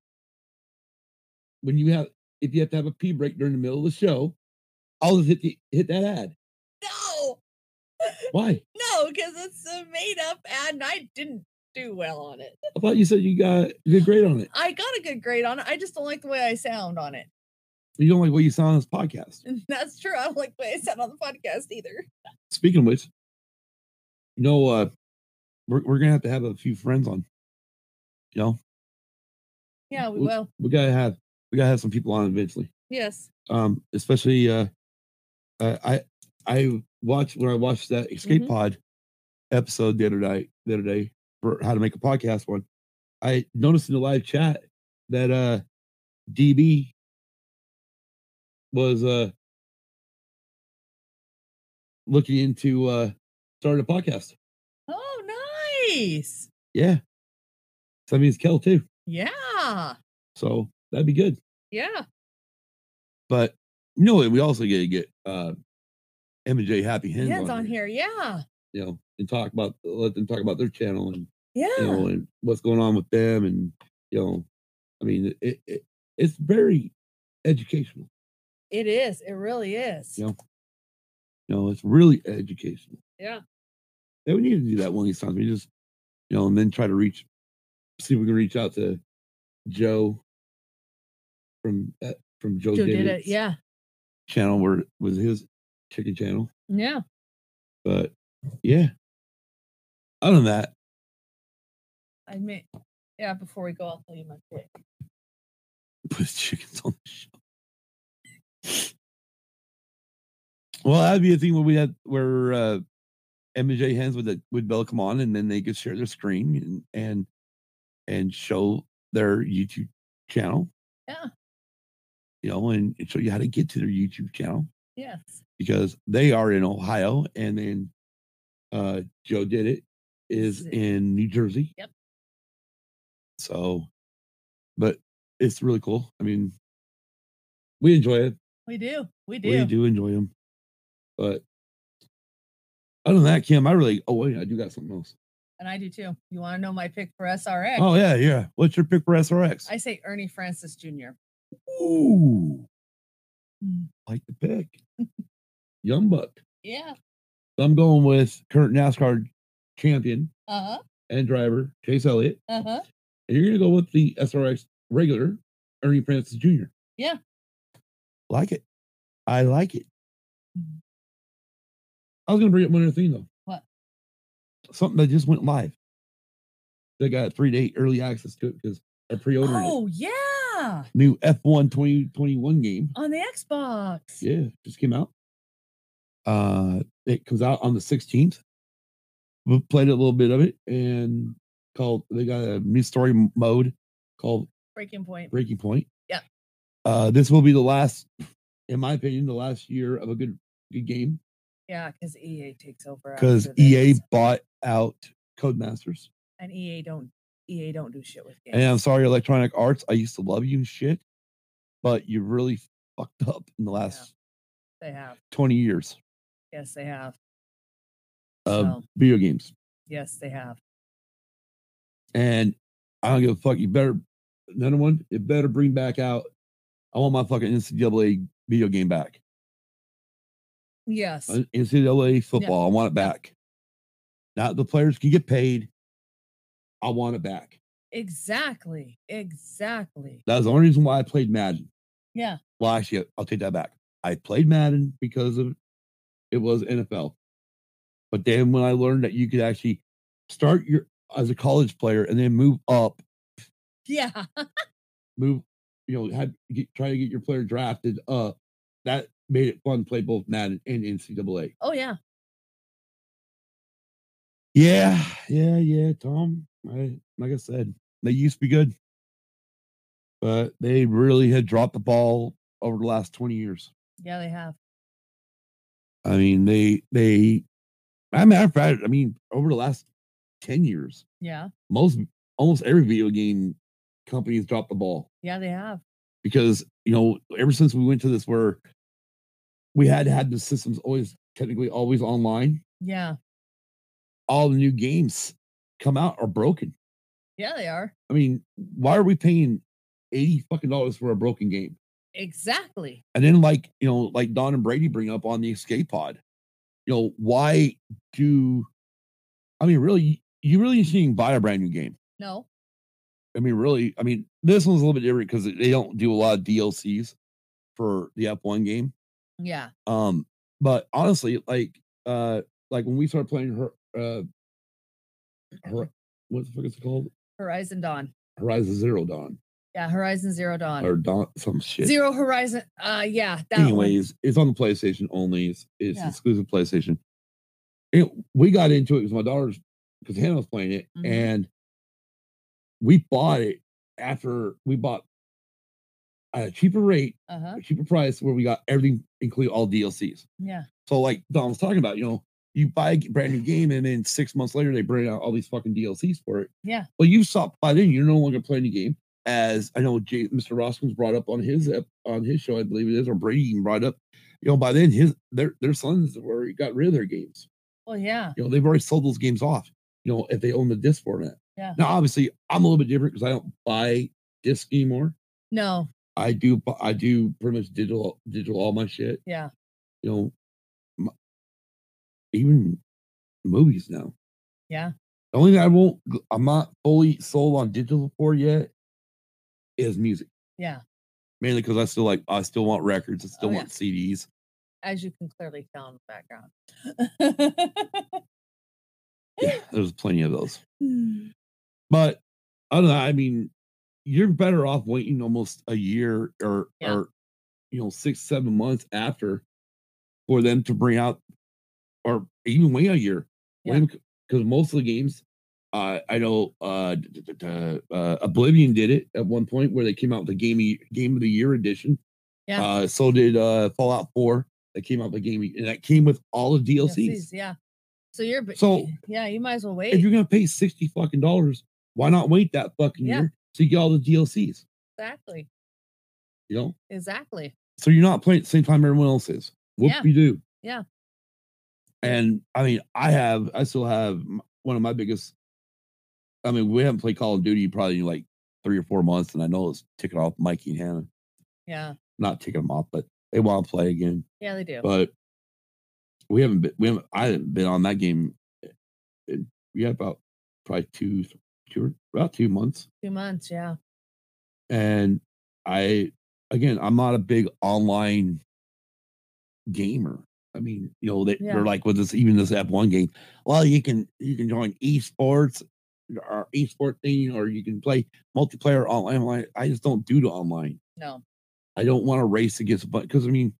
when you have, if you have to have a pee break during the middle of the show, I'll just hit the hit that ad.
No.
Why?
No, because it's a made up ad and I didn't do well on it.
I thought you said you got a good grade on it.
I got a good grade on it. I just don't like the way I sound on it.
You don't like what you sound on this podcast.
That's true. I don't like the way I sound on the podcast either.
Speaking of which, you know, uh, we're we're gonna have to have a few friends on. You know,
Yeah, we
Oop.
will.
we gotta have we gotta have some people on eventually.
Yes.
um especially uh uh, i i watched when i watched that escape
Mhm.
pod episode the other night the other day for how to make a podcast one i noticed in the live chat that uh db was uh looking into uh starting a podcast
Oh, nice.
yeah so that means kel too
Yeah.
so that'd be good
Yeah.
but you know what we also get to get uh m and j happy hands,
Hands
on
on
here.
here. Yeah.
you know, and talk about let them talk about their channel and you
Yeah.
know and what's going on with them and you know, I mean, it, it it's very educational.
It is. It really is.
Yeah. You know, it's really educational.
Yeah.
And we need to do that one of these times. We just you know, and then try to reach, see if we can reach out to Joe from uh, from Joe,
Joe did it.
David's
Yeah.
channel where it was his chicken channel.
Yeah.
But yeah, other than that,
I mean, yeah, before we go, I'll tell you my pick.
put chickens on the show. Well, that'd be a thing where we had where uh, MJ hands would that would Bella come on, and then they could share their screen and and and show their YouTube channel.
Yeah.
You know, and, and show you how to get to their YouTube channel
Yes.
because they are in Ohio, and then uh, Joe did it is
Z-
in New Jersey.
Yep.
So, but it's really cool. I mean, we enjoy it.
We do. We do.
We do enjoy them. But other than that, Kim, I really. Oh wait, I do got something else.
And I do too. You want to know my pick for SRX?
Oh yeah, yeah. What's your pick for SRX?
I say Ernie Francis Jr.
Ooh,
Mm.
like the pick. Young buck.
Yeah.
I'm going with current NASCAR champion
Uh huh.
and driver Chase Elliott.
Uh huh.
And you're gonna go with the SRX regular, Ernie Francis Jr.
Yeah.
Like it. I like it.
Mhm.
I was gonna bring up one other thing though.
What?
Something that just went live. They got three day early access to it because I pre-ordered it.
Oh yeah,
New F1 2021 game.
on the Xbox.
Yeah, just came out. Uh it comes out on the 16th. We played a little bit of it and called they got a new story m- mode called
Breaking point.
breaking point.
Yeah.
Uh, this will be the last, in my opinion, the last year of a good good game
Yeah, because EA takes over.
because E
after
EA
this,
bought out Codemasters.
and EA don't EA don't do shit with games.
And I'm sorry, Electronic Arts, I used to love you and shit, but you really fucked up in the last
They have.
20 years
Yes, they have.
of
So,
video games.
yes, they have.
And I don't give a fuck. You better another one. It better bring back out. I want my fucking NCAA video game back.
Yes.
Uh, NCAA football. I want it back. Now the players can get paid. I want it back.
Exactly. Exactly.
That was the only reason why I played Madden.
Yeah.
Well, actually, I'll take that back. I played Madden because of it was NFL. But then when I learned that you could actually start your as a college player and then move up,
Yeah.
move, you know, have, get, try to get your player drafted up. That made it fun to play both Madden and NCAA.
Oh yeah.
Yeah, yeah, yeah, Tom. I, like I said, they used to be good, but they really had dropped the ball over the last 20 years.
Yeah, they have.
I mean, they, they, I matter of fact, I mean, over the last 10 years,
Yeah.
most, almost every video game company has dropped the ball
Yeah, they have.
because, you know, ever since we went to this where we had had the systems always technically always online,
Yeah.
all the new games come out are broken.
Yeah, they are.
I mean, why are we paying eighty fucking dollars for a broken game?
Exactly.
And then, like you know, like Don and Brady bring up on the escape pod, you know, why do? I mean, really, you really shouldn't buy a brand new game.
No.
I mean, really, I mean, this one's a little bit different because they don't do a lot of DLCs for the F1 game.
Yeah.
Um, but honestly, like, uh, like when we started playing her, uh, her, what the fuck is it called?
Horizon Dawn.
Horizon Zero Dawn
Yeah, Horizon Zero Dawn.
or Dawn some shit.
Zero Horizon. Uh yeah, that one.
anyways, it's on the PlayStation only. It's, it's
Yeah.
exclusive PlayStation. It, we got into it because my daughter's because Hannah was playing it,
Mhm.
and we bought it after we bought at a cheaper rate,
Uh-huh.
a cheaper price, where we got everything, including all DLCs.
Yeah.
So, like Don was talking about, you know, you buy a g- brand new game, and then six months later they bring out all these fucking DLCs for it.
Yeah.
Well, you stopped by then. You're no longer playing the game. As I know, Jay, Mr. Roskins brought up on his ep- on his show, I believe it is, or Brady even brought up. You know, by then his their their sons were got rid of their games.
Well, yeah.
You know, they've already sold those games off. You know, if they own the disc format.
Yeah.
Now, obviously, I'm a little bit different because I don't buy disc anymore.
No.
I do. bu- I do pretty much digital digital all my shit.
Yeah.
You know, m even movies now.
Yeah.
The only thing I won't. g- I'm not fully sold on digital for yet is music.
Yeah.
Mainly because I still like. I still want records. I still
Oh, yeah.
want CDs.
As you can clearly tell in the
Yeah, there's plenty of those. Hmm.
background.
But I don't know. I mean, you're better off waiting almost a year or
Yeah.
or you know six seven months after for them to bring out or even wait a year
Yeah.
because most of the games. Uh, I know uh, d- d- d- d- uh, Oblivion did it at one point where they came out with the game of, Ye- game of the year edition.
Yeah.
Uh, so did uh, Fallout Four. That came out with the game of- and that came with all the DLCs.
DLCs, Yeah. So you're but
So-
yeah, you might as well
If
wait.
you're gonna pay sixty fucking dollars, why not wait that fucking
Yeah.
year so you get all the DLCs?
exactly.
You know,
Exactly.
so you're not playing at the same time everyone else is. Whoop
Yeah.
you do.
Yeah.
And I mean, I have, I still have m- one of my biggest. I mean, we haven't played Call of Duty probably in like three or four months, and I know it's ticking off Mikey and Hannah.
Yeah.
Not ticking them off, but they want to play again.
Yeah, they do.
But we haven't been, we haven't, I haven't been on that game. In, yeah, about probably two, two, or about two months.
Two months, yeah.
and i again i'm not a big online gamer i mean you know they,
Yeah.
they're like with this even this f1 game well you can you can join esports or esport thing or you can play multiplayer online Well, i I just don't do the online
No.
i don't want to race against a bunch because i mean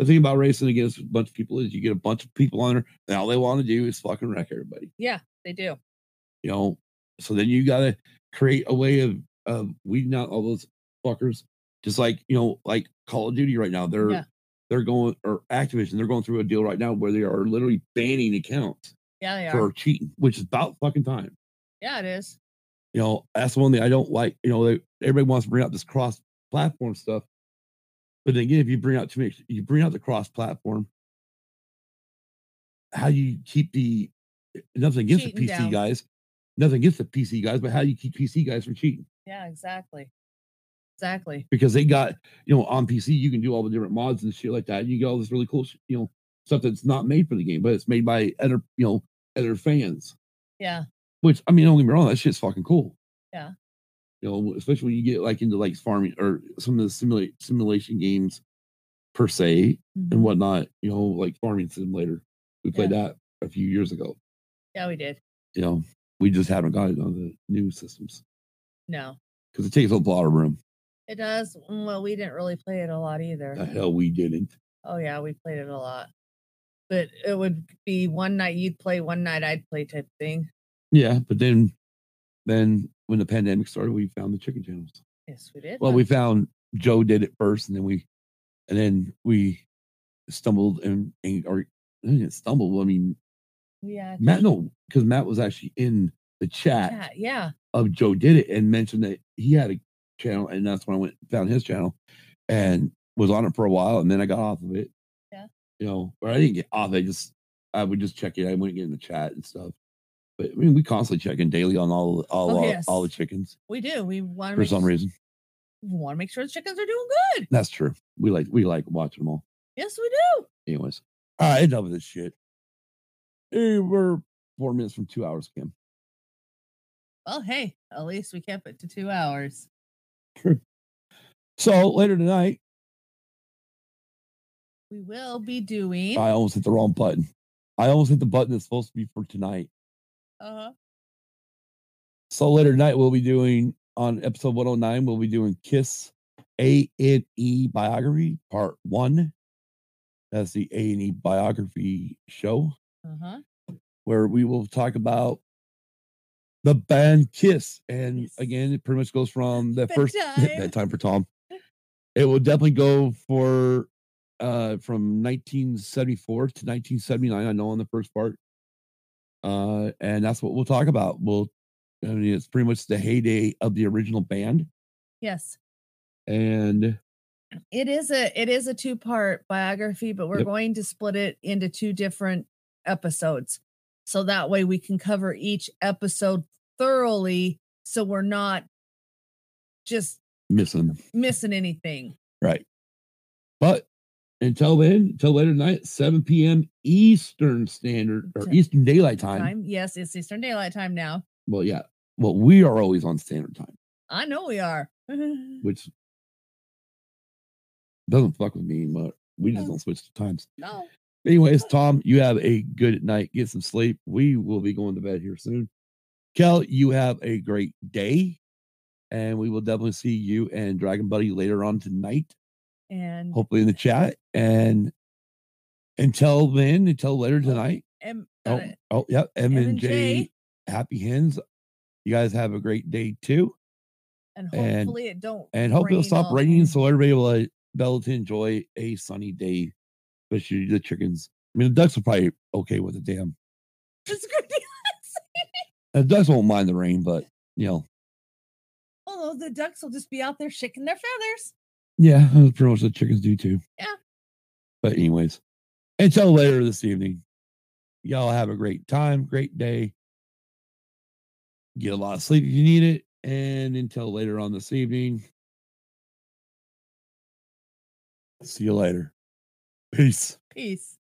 the thing about racing against a bunch of people is you get a bunch of people on there and all they want to do is fucking wreck everybody
Yeah, they do.
you know so then you gotta create a way of of weeding out all those fuckers just like you know like call of duty right now they're
Yeah.
they're going or activision they're going through a deal right now where they are literally banning accounts
Yeah, they are.
for cheating which is about fucking time
Yeah, it is.
you know that's one thing i don't like you know they, everybody wants to bring out this cross platform stuff but then again if you bring out too many you bring out the cross platform how do you keep the nothing against
Cheating
the pc
down.
guys nothing against the pc guys but how do you keep pc guys from cheating
Yeah, exactly. Exactly.
because they got you know on pc you can do all the different mods and shit like that you get all this really cool sh- you know stuff that's not made for the game but it's made by other you know other fans
Yeah.
Which I mean, don't get me wrong, that shit's fucking cool.
Yeah.
You know, especially when you get like into like farming or some of the simulate simulation games per se and
Mhm.
whatnot. You know, like farming simulator. We played that a few years ago.
Yeah, we did.
You know, We just haven't got it on the new systems
No,
because it takes up a lot of room.
it does. Mm, Well, we didn't really play it a lot either.
The hell we didn't.
Oh yeah, we played it a lot. But it would be one night you'd play, one night I'd play type thing.
Yeah, but then, then when the pandemic started, we found the chicken channels.
Yes, we did.
Well,
huh?
we found Joe did it first, and then we, and then we stumbled and, and or I didn't stumble. I mean,
yeah,
Matt, no, because Matt was actually in the chat
yeah, yeah.
of Joe did it and mentioned that he had a channel, and that's when I went found his channel, and was on it for a while, and then I got off of it.
Yeah.
you know, or I didn't get off. I just I would just check it. I wouldn't get in the chat and stuff. But I mean, we constantly check in daily on all all
Oh,
all,
yes.
all the chickens
We do. We want to
for
make
some
s-
reason.
want to make sure the chickens are doing good.
That's true. We like we like watching them all.
Yes, we do.
Anyways, all right, enough of this shit. Hey, we're four minutes from two hours, Kim.
Well, hey, at least we kept it to two hours.
So later tonight,
We will be doing.
I almost hit the wrong button. I almost hit the button that's supposed to be for tonight.
uh,
So later tonight, we'll be doing on episode 109, we'll be doing Kiss A and E biography part one. That's the A and E biography show
uh-huh.
where we will talk about the band Kiss. And
Yes.
again, it pretty much goes from the first
Bedtime.
bedtime for Tom. It will definitely go for uh from 1974 to 1979. I know on the first part. Uh, and that's what we'll talk about. We'll, I mean, it's pretty much the heyday of the original band.
Yes,
And
it is a it is a two part biography, but we're
Yep.
going to split it into two different episodes, so that way we can cover each episode thoroughly, so we're not just
missing,
missing anything.
right? But until then, until later tonight, 7 p.m. Eastern Standard or
Ta-
Eastern Daylight Time.
Time, yes, it's Eastern Daylight Time now.
Well, yeah. Well, we are always on standard time,
I know we are. no,
which doesn't fuck with me, but we just
No.
don't switch the times. Anyways, Tom, you have a good night. Get some sleep. We will be going to bed here soon. Kel, you have a great day. And we will definitely see you and Dragon Buddy later on tonight,
and
hopefully in the chat. And until then, until later tonight.
and
Oh,
uh,
oh yeah. M and J
M&J.
happy hens. You guys have a great day too.
and
and-
hopefully it don't
And hopefully it'll stop
all
raining
day.
so everybody will uh, be able to enjoy a sunny day, especially the chickens. I mean, the ducks are probably okay with it. Damn.
It's gonna be-
The ducks won't mind the rain, but you know,
Although the ducks will just be out there shaking their feathers.
yeah, that's pretty much the chickens do too.
Yeah.
But anyways, until later this evening, y'all have a great time, great day. Get a lot of sleep if you need it, and until later on this evening, see you later. Peace.
Peace.